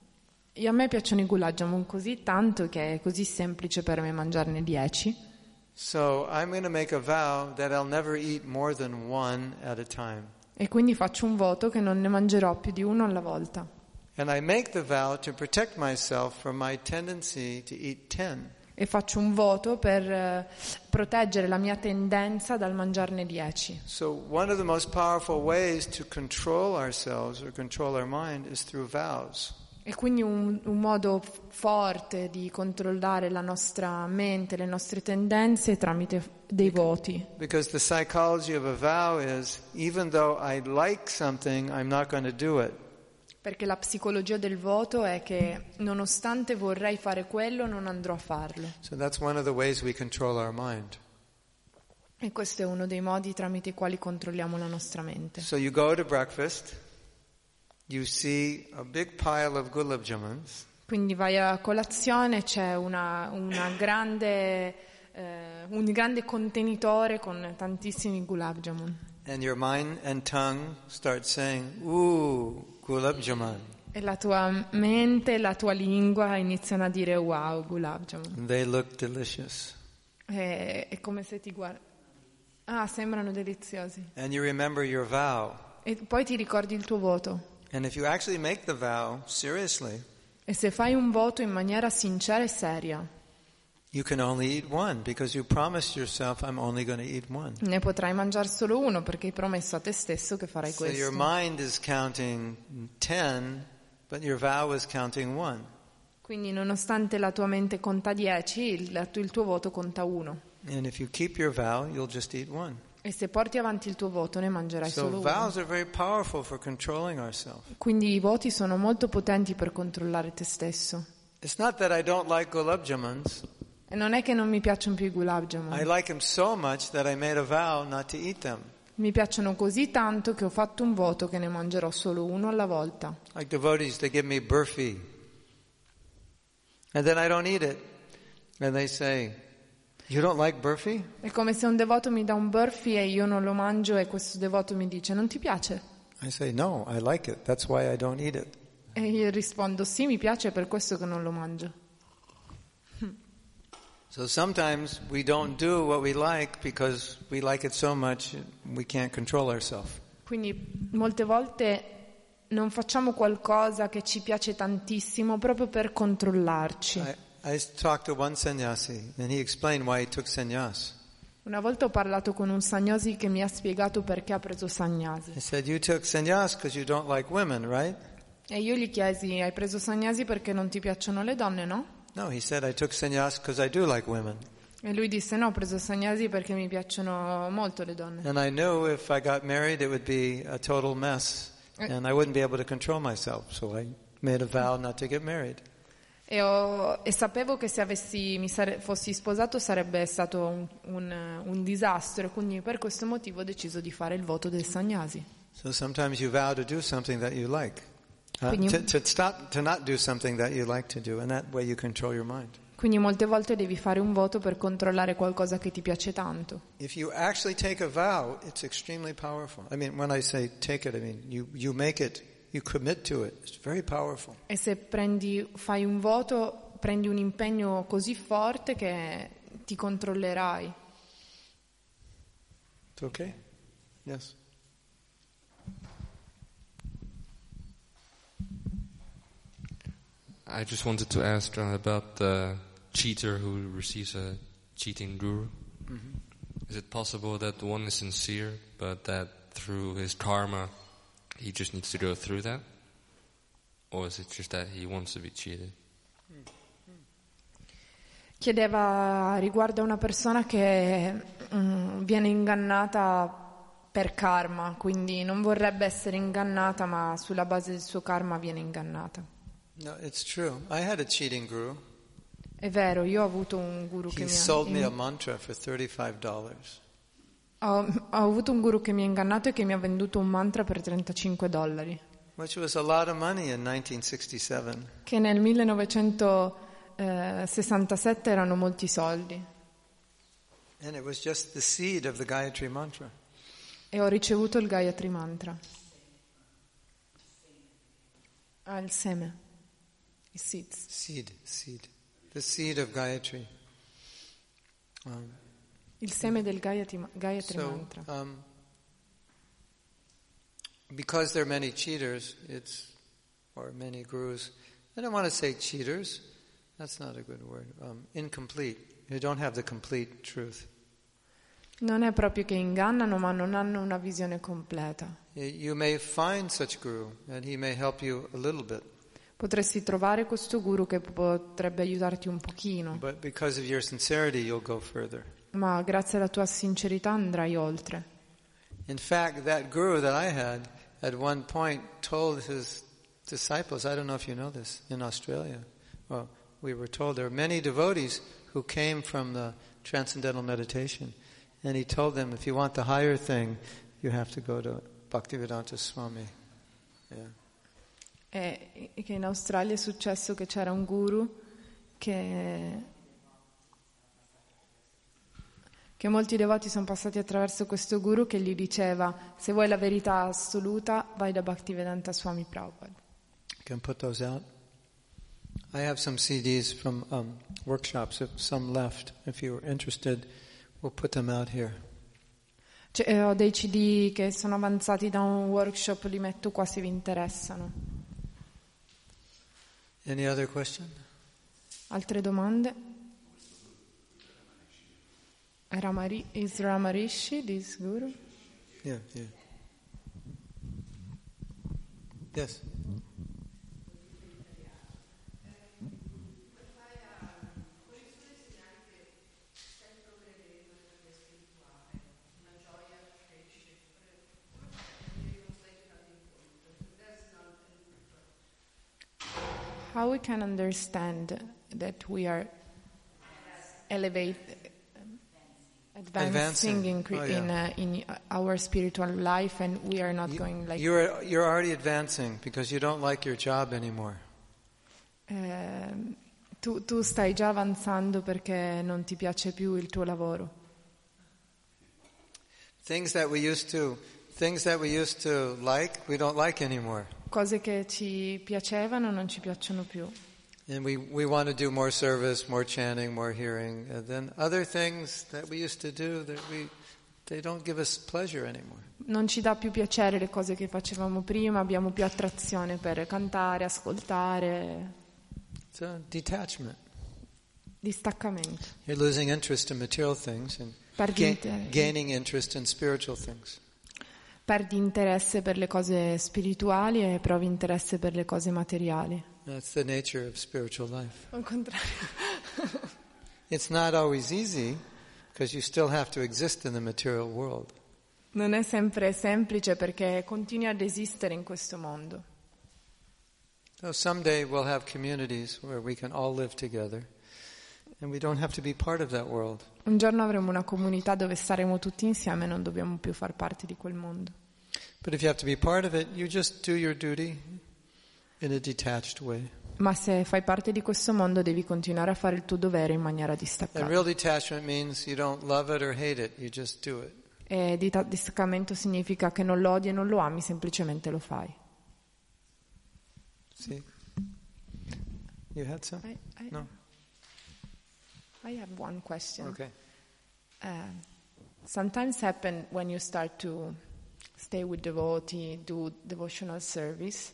S3: io- a me piacciono i gulab jamun così tanto che è così semplice per me mangiarne 10.
S2: So I'm going to make a vow that I'll never eat more than one at a time.
S3: E quindi faccio un voto che non ne mangerò più di uno alla volta.
S2: And I make the vow to protect myself from my tendency to eat 10.
S3: E faccio un voto per eh, proteggere la mia tendenza dal mangiarne 10.
S2: So one of the most powerful ways to control ourselves or control our mind is through vows.
S3: E quindi un, un modo f- forte di controllare la nostra mente, le nostre tendenze è tramite f- dei voti.
S2: Because the psychology of a vow is even though I like something, I'm not going to do it.
S3: Perché la psicologia del voto è che nonostante vorrei fare quello, non andrò a farlo.
S2: So that's one of the ways we control our mind.
S3: E questo è uno dei modi tramite i quali controlliamo la nostra mente.
S2: So you go to breakfast, you see a big pile of gulab jamuns,
S3: Quindi vai a colazione, c'è una, una grande, eh, un grande contenitore con tantissimi gulab jamun.
S2: and your mind and tongue start saying, ooh, gulab jamun.
S3: E la tua mente, la tua lingua iniziano a dire wow, gulab jamun.
S2: They look delicious.
S3: È, è come se ti guardi. Ah, sembrano deliziosi.
S2: And you remember your vow.
S3: E poi ti ricordi il tuo voto.
S2: And if you actually make the vow seriously,
S3: E se fai un voto in maniera sincera e seria,
S2: you can only eat one because you promised yourself, I'm only going to eat one.
S3: ne potrai mangiare solo uno perché hai promesso a te stesso che farai
S2: So your
S3: questo.
S2: mind is counting 10, but your vow is counting 1.
S3: Quindi nonostante la tua mente conta 10, il, la tu- il tuo voto conta 1.
S2: And if you keep your vow, you'll just eat one.
S3: E se porti avanti il tuo voto ne mangerai
S2: So
S3: solo uno.
S2: vows are very powerful for controlling ourselves.
S3: Quindi i voti sono molto potenti per controllare te stesso.
S2: It's not that I don't like gulab jamuns.
S3: E non è che non mi piacciono più i gulab
S2: I
S3: jamun.
S2: like them so much that I made a vow not to eat them.
S3: Mi piacciono così tanto che ho fatto un voto che ne mangerò solo uno alla volta.
S2: Like devotees, they give me burfi. And then I don't eat it. And they say, you don't like burfi?
S3: È come se un devoto mi dà un burfi e io non lo mangio e questo devoto mi dice non ti piace?
S2: I say, no, I like it. That's why I don't eat it.
S3: E io rispondo sì mi piace è per questo che non lo mangio.
S2: So sometimes we don't do what we like because we like it so much we can't control ourselves.
S3: Quindi molte volte non facciamo qualcosa che ci piace tantissimo proprio per controllarci.
S2: I, I talked to one sannyasi and he explained why he took sannyas.
S3: Una volta ho parlato con un sagnosi che mi ha spiegato perché ha preso sagnasi
S2: I said, you took sannyas because you don't like women, right?
S3: e io gli chiesi hai preso sagnasi perché non ti piacciono le donne, no?
S2: No, he said, I took sannyas because I do like women.
S3: E lui disse no, ho preso sagnasi perché mi piacciono molto le donne.
S2: And I knew if I got married it would be a total mess
S3: Uh,
S2: and I wouldn't be able to control myself. So I made a vow not to get married.
S3: E, ho- e sapevo che se avessi, mi sare- fossi sposato sarebbe stato un, un- un disastro, e quindi per questo motivo ho deciso di fare il voto del Sagnasi.
S2: So sometimes you vow to do something that you like. Uh,
S3: When you-
S2: to, to stop, to not do something that you like to do, and that way you control your mind.
S3: Quindi molte volte devi fare un voto per controllare qualcosa che ti piace tanto.
S2: If you actually take a vow, it's extremely powerful. I mean, when I say take it, I mean you, you make it, you commit to it. It's very powerful.
S3: E se prendi, fai un voto, prendi un impegno così forte che ti controllerai.
S2: It's okay? Yes.
S7: I just wanted to ask uh, about the cheater who receives a cheating guru. Is it possible that one is sincere, but that through his karma, he just needs to go through that? Or is it just that he wants to be cheated?
S3: Chiedeva riguardo a una persona che mm, viene ingannata per karma, quindi non vorrebbe essere ingannata, ma sulla base del suo karma viene ingannata.
S2: No, it's true. I had a cheating guru.
S3: È vero, io ho avuto un guru che
S2: He
S3: mi
S2: sold me
S3: ha
S2: a mantra for $35.
S3: ho, ho avuto un guru che mi ha ingannato e che mi ha venduto un mantra per 35 dollari,
S2: Which was a lot of money in 1967.
S3: che nel 1967 erano molti soldi.
S2: And it was just the seed of the Gayatri Mantra.
S3: E ho ricevuto il Gayatri Mantra. Ah, il seme. I seeds.
S2: Seed, seed. The seed of Gayatri. Um,
S3: Il seme del Gayatri, Gayatri
S2: so,
S3: Mantra.
S2: um, because there are many cheaters, it's, or many gurus, I don't want to say cheaters. That's not a good word. Um, incomplete. You don't have the complete truth.
S3: Non è proprio che ingannano, ma non hanno una visione completa.
S2: Y- You may find such guru, and he may help you a little bit.
S3: Potresti trovare questo guru che potrebbe aiutarti un pochino,
S2: But because of your sincerity, you'll go further.
S3: ma grazie alla tua sincerità andrai oltre.
S2: In fact, that guru that I had at one point told his disciples, I don't know if you know this, in Australia, well, we were told there are many devotees who came from the transcendental meditation. And he told them, if you want the higher thing, you have to go to Bhaktivedanta Swami. Yeah.
S3: E e che in Australia è successo che c'era un guru che, che molti devoti sono passati attraverso questo guru che gli diceva se vuoi la verità assoluta vai da Bhaktivedanta Swami Prabhupada.
S2: Can put those out. I have some CDs from um, workshops, if some left. If you are interested, we'll put them out here.
S3: Cioè, eh, ho dei CD che sono avanzati da un workshop, li metto qua se vi interessano.
S2: Any other question?
S3: Altre domande? Ramari- is Ramarishi this guru?
S2: Yeah, yeah. Yes.
S3: How we can understand that we are elevate, advancing,
S2: Advancing.
S3: in, cre-
S2: Oh, yeah.
S3: in, uh, in our spiritual life and we are not going like...
S2: You're you're already advancing because you don't like your job anymore.
S3: ehm, tu, tu stai già avanzando perché non ti piace più il tuo lavoro.
S2: Things that we used to things that we used to like, we don't like anymore.
S3: Cose che ci piacevano non ci piacciono più.
S2: And we, we want to do more service, more chanting, more hearing, and then other things that we used to do that we they don't give us pleasure anymore.
S3: Non ci dà più piacere le cose che facevamo prima, abbiamo più attrazione per cantare, ascoltare,
S2: It's a detachment.
S3: distaccamento.
S2: You're losing interest in material things and ga-
S3: Perdite-
S2: gaining interest in spiritual things.
S3: Perdi interesse per le cose spirituali e provi interesse per le cose materiali.
S2: That's the nature of spiritual life.
S3: Al contrario. <laughs>
S2: It's not always easy because you still have to exist in the material world.
S3: Non è sempre semplice perché continui ad esistere in questo mondo.
S2: So someday we'll have communities where we can all live together and we don't have to be part of that world.
S3: Un giorno avremo una comunità dove saremo tutti insieme e non dobbiamo più far parte di quel mondo.
S2: But if you have to be part of it, you just do your duty in a detached way.
S3: Ma se fai parte di questo mondo devi continuare a fare il tuo dovere in maniera
S2: And
S3: distaccata.
S2: real detachment means you don't love it or hate it, you just do it.
S3: E dita- distaccamento significa che non lo odi e non lo ami, semplicemente lo fai.
S2: See? You had some?
S3: I, I,
S2: No?
S3: I have one question.
S2: Okay.
S3: Um, sometimes happen when you start to stay with devotee, do devotional service.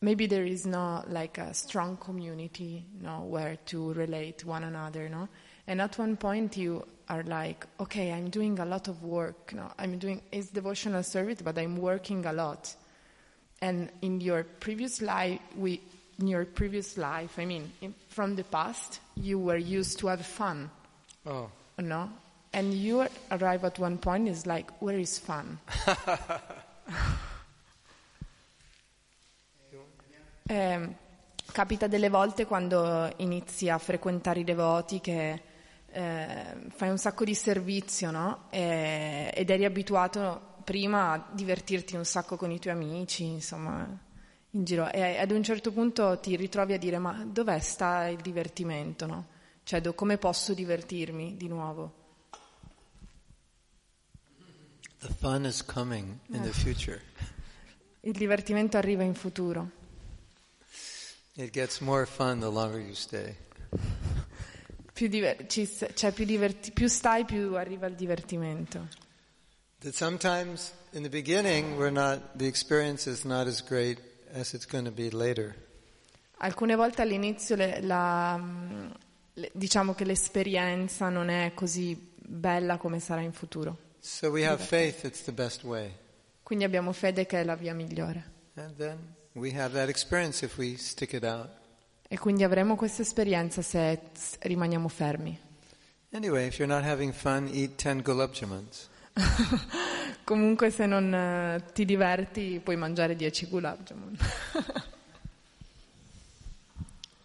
S3: Maybe there is no like a strong community, no, where to relate one another, no, And at one point, you are like, okay, I'm doing a lot of work now. I'm doing, it's devotional service, but I'm working a lot. And in your previous life, we, in your previous life, I mean, in, from the past, you were used to have fun,
S2: Oh,
S3: no? And you arrive at one point, it's like, where is fun? Ehm, capita delle volte quando inizi a frequentare i devoti che eh, fai un sacco di servizio, no? E- ed eri abituato prima a divertirti un sacco con i tuoi amici, insomma, in giro. E ad un certo punto ti ritrovi a dire, ma dov'è sta il divertimento, no? Cioè, do- come posso divertirmi di nuovo?
S2: the fun is coming in the future.
S3: Il divertimento arriva in futuro.
S2: It gets more fun the longer you stay.
S3: Più diver- ci s- cioè, più diverti- più stai, più arriva il divertimento.
S2: That sometimes in the beginning we're not the experience is not as great as it's going to be later.
S3: Alcune volte all'inizio le- la, mm, le- diciamo che l'esperienza non è così bella come sarà in futuro.
S2: So we have faith it's the best way.
S3: Quindi abbiamo fede che è la via migliore.
S2: And then we have that experience if we stick it out.
S3: E quindi avremo questa esperienza se s- rimaniamo fermi.
S2: Anyway, if you're not having fun, eat 10 gulab jamuns.
S3: Comunque se non eh, ti diverti puoi mangiare 10 gulab jamun.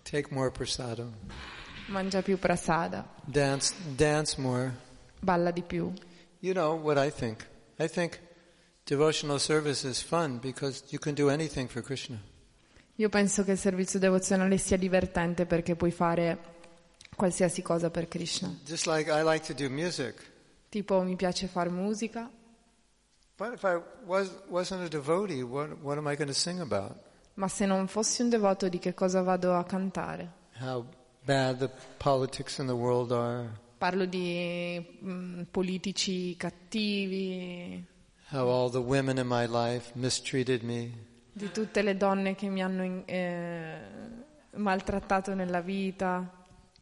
S2: Take more prasadam.
S3: <laughs> Mangia più prasada,
S2: Dance, dance more.
S3: balla di più.
S2: You know what I think. I think devotional service is fun because you can do anything for Krishna.
S3: Io penso che il servizio devozionale sia divertente perché puoi fare qualsiasi cosa per Krishna.
S2: Just like I like to do music.
S3: Tipo mi piace far musica,
S2: But if I was, wasn't a devotee, what, what am I going to sing about?
S3: Ma se non fossi un devoto di che cosa vado a cantare?
S2: How bad the politics in the world are,
S3: Parlo di mm, politici cattivi,
S2: how all the women in my life mistreated me.
S3: di tutte le donne che mi hanno in- eh, maltrattato nella vita.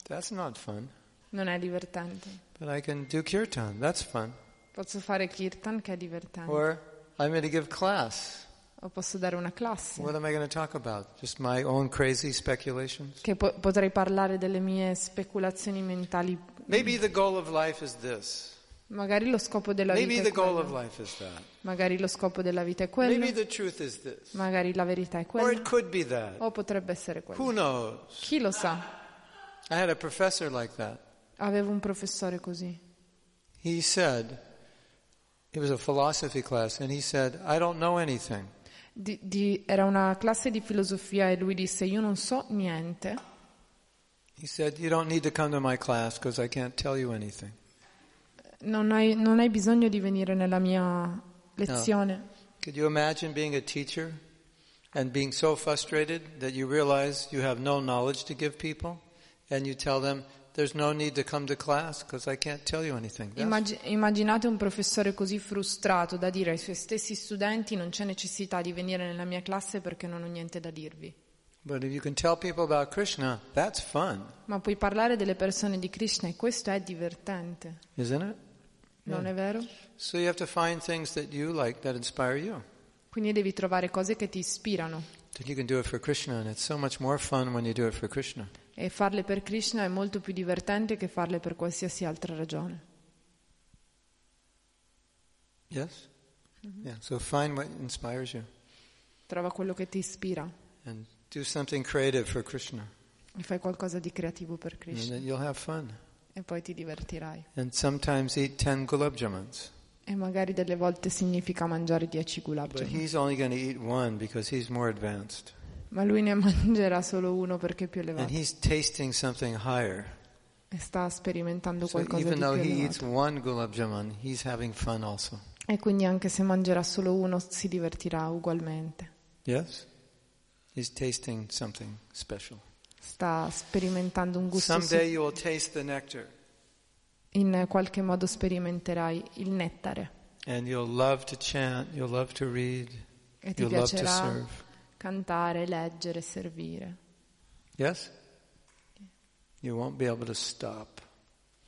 S2: That's not fun.
S3: Non è divertente.
S2: But I can do kirtan. That's fun.
S3: Posso fare kirtan che è divertente.
S2: Or I'm going to give class.
S3: o posso dare una classe.
S2: What am I going to talk about? Just my own crazy speculations?
S3: Che po- potrei parlare delle mie speculazioni mentali.
S2: Maybe the goal of life is this.
S3: Magari lo scopo della
S2: Maybe
S3: vita è
S2: the goal of
S3: quello.
S2: life is that.
S3: Magari lo scopo della vita è
S2: Maybe
S3: quello.
S2: the truth is this.
S3: Magari la verità è
S2: Or it
S3: quella.
S2: could be that.
S3: O potrebbe essere quello.
S2: Who knows?
S3: Chi lo sa?
S2: I had a professor like that.
S3: Avevo un professore così.
S2: He said, it was a philosophy class, and he said, I don't know anything.
S3: Di- di- era una classe di filosofia e lui disse io non so niente,
S2: He said, You don't need to come to my class because I can't tell you anything.
S3: non hai, non hai bisogno di venire nella mia lezione.
S2: Could you imagine being a teacher and being so frustrated that you realize you have no knowledge to give people and you tell them, There's no need to come to class because I can't tell you anything? That's-
S3: Immag- immaginate un professore così frustrato da dire ai suoi stessi studenti non c'è necessità di venire nella mia classe perché non ho niente da dirvi.
S2: but if you can tell people about Krishna, that's fun,
S3: Ma puoi parlare delle persone di Krishna e questo è divertente,
S2: isn't it? Eh.
S3: non è vero?
S2: So you have to find things that you like that inspire you.
S3: Quindi devi trovare cose che ti ispirano
S2: Then you can do it for Krishna, and it's so much more fun when you do it for Krishna.
S3: e farle per Krishna è molto più divertente che farle per qualsiasi altra ragione.
S2: Yes? Yeah, so find what inspires you
S3: Trova quello che ti ispira
S2: and do something creative for Krishna,
S3: e fai qualcosa di creativo per
S2: and
S3: Krishna
S2: then you'll have fun.
S3: e poi ti divertirai.
S2: And sometimes eat 10 gulab jamuns.
S3: E magari delle volte significa mangiare 10 gulab
S2: But
S3: jamun,
S2: he's only going to eat one because he's more advanced.
S3: ma lui ne <laughs> mangerà solo uno perché è più
S2: And
S3: elevato
S2: he's tasting something higher.
S3: e sta sperimentando
S2: So
S3: qualcosa di
S2: even
S3: più
S2: though he
S3: elevato.
S2: eats one gulab jamun, he's having fun also.
S3: E quindi anche se mangerà solo uno si divertirà ugualmente.
S2: Yes? He's tasting something special.
S3: Sta sperimentando un gusto
S2: Someday you will taste the nectar
S3: su- in qualche modo sperimenterai il nettare
S2: and you'll love to chant, you'll love to read,
S3: e ti
S2: you'll love to
S3: piacerà
S2: serve.
S3: cantare, leggere, servire.
S2: Yes? You won't be able to stop.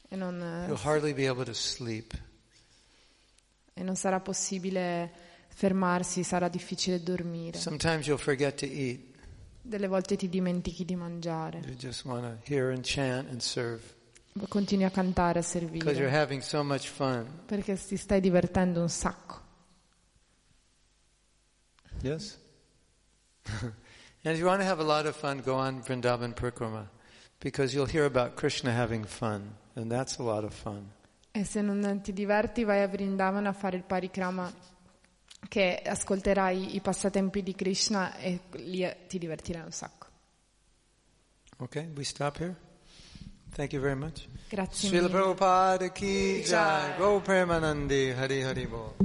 S3: e non, eh,
S2: You'll hardly be able to sleep.
S3: e non sarà possibile fermarsi, sarà difficile dormire.
S2: Sometimes you'll forget to eat.
S3: Delle volte ti dimentichi di mangiare,
S2: You just want to hear and chant and serve
S3: continui a cantare, a
S2: because you're
S3: servire,
S2: having so much fun.
S3: perché ti stai divertendo un sacco.
S2: Yes? <laughs> and if you want to have a lot of fun, go on Vrindavan Parikrama because you'll hear about Krishna having fun, and that's a lot of fun.
S3: E se non ti diverti vai a Vrindavana a fare il parikrama che ascolterai i passatempi di Krishna e lì ti divertirai un sacco.
S2: Okay, we stop here. Thank you very much.
S3: Grazie
S2: Srila
S3: mille.
S2: Prabhupada ki jai. Go Premanandi. Hari Hari Bol.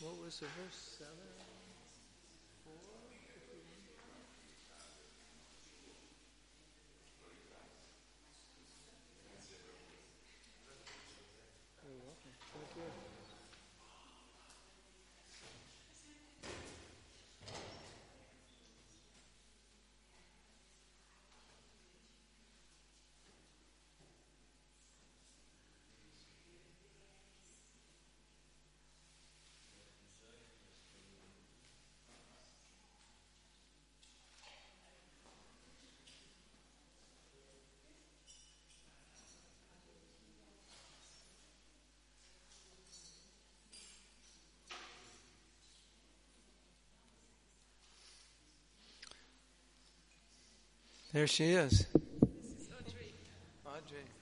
S2: What was the verse? Seven? There she is. Audrey.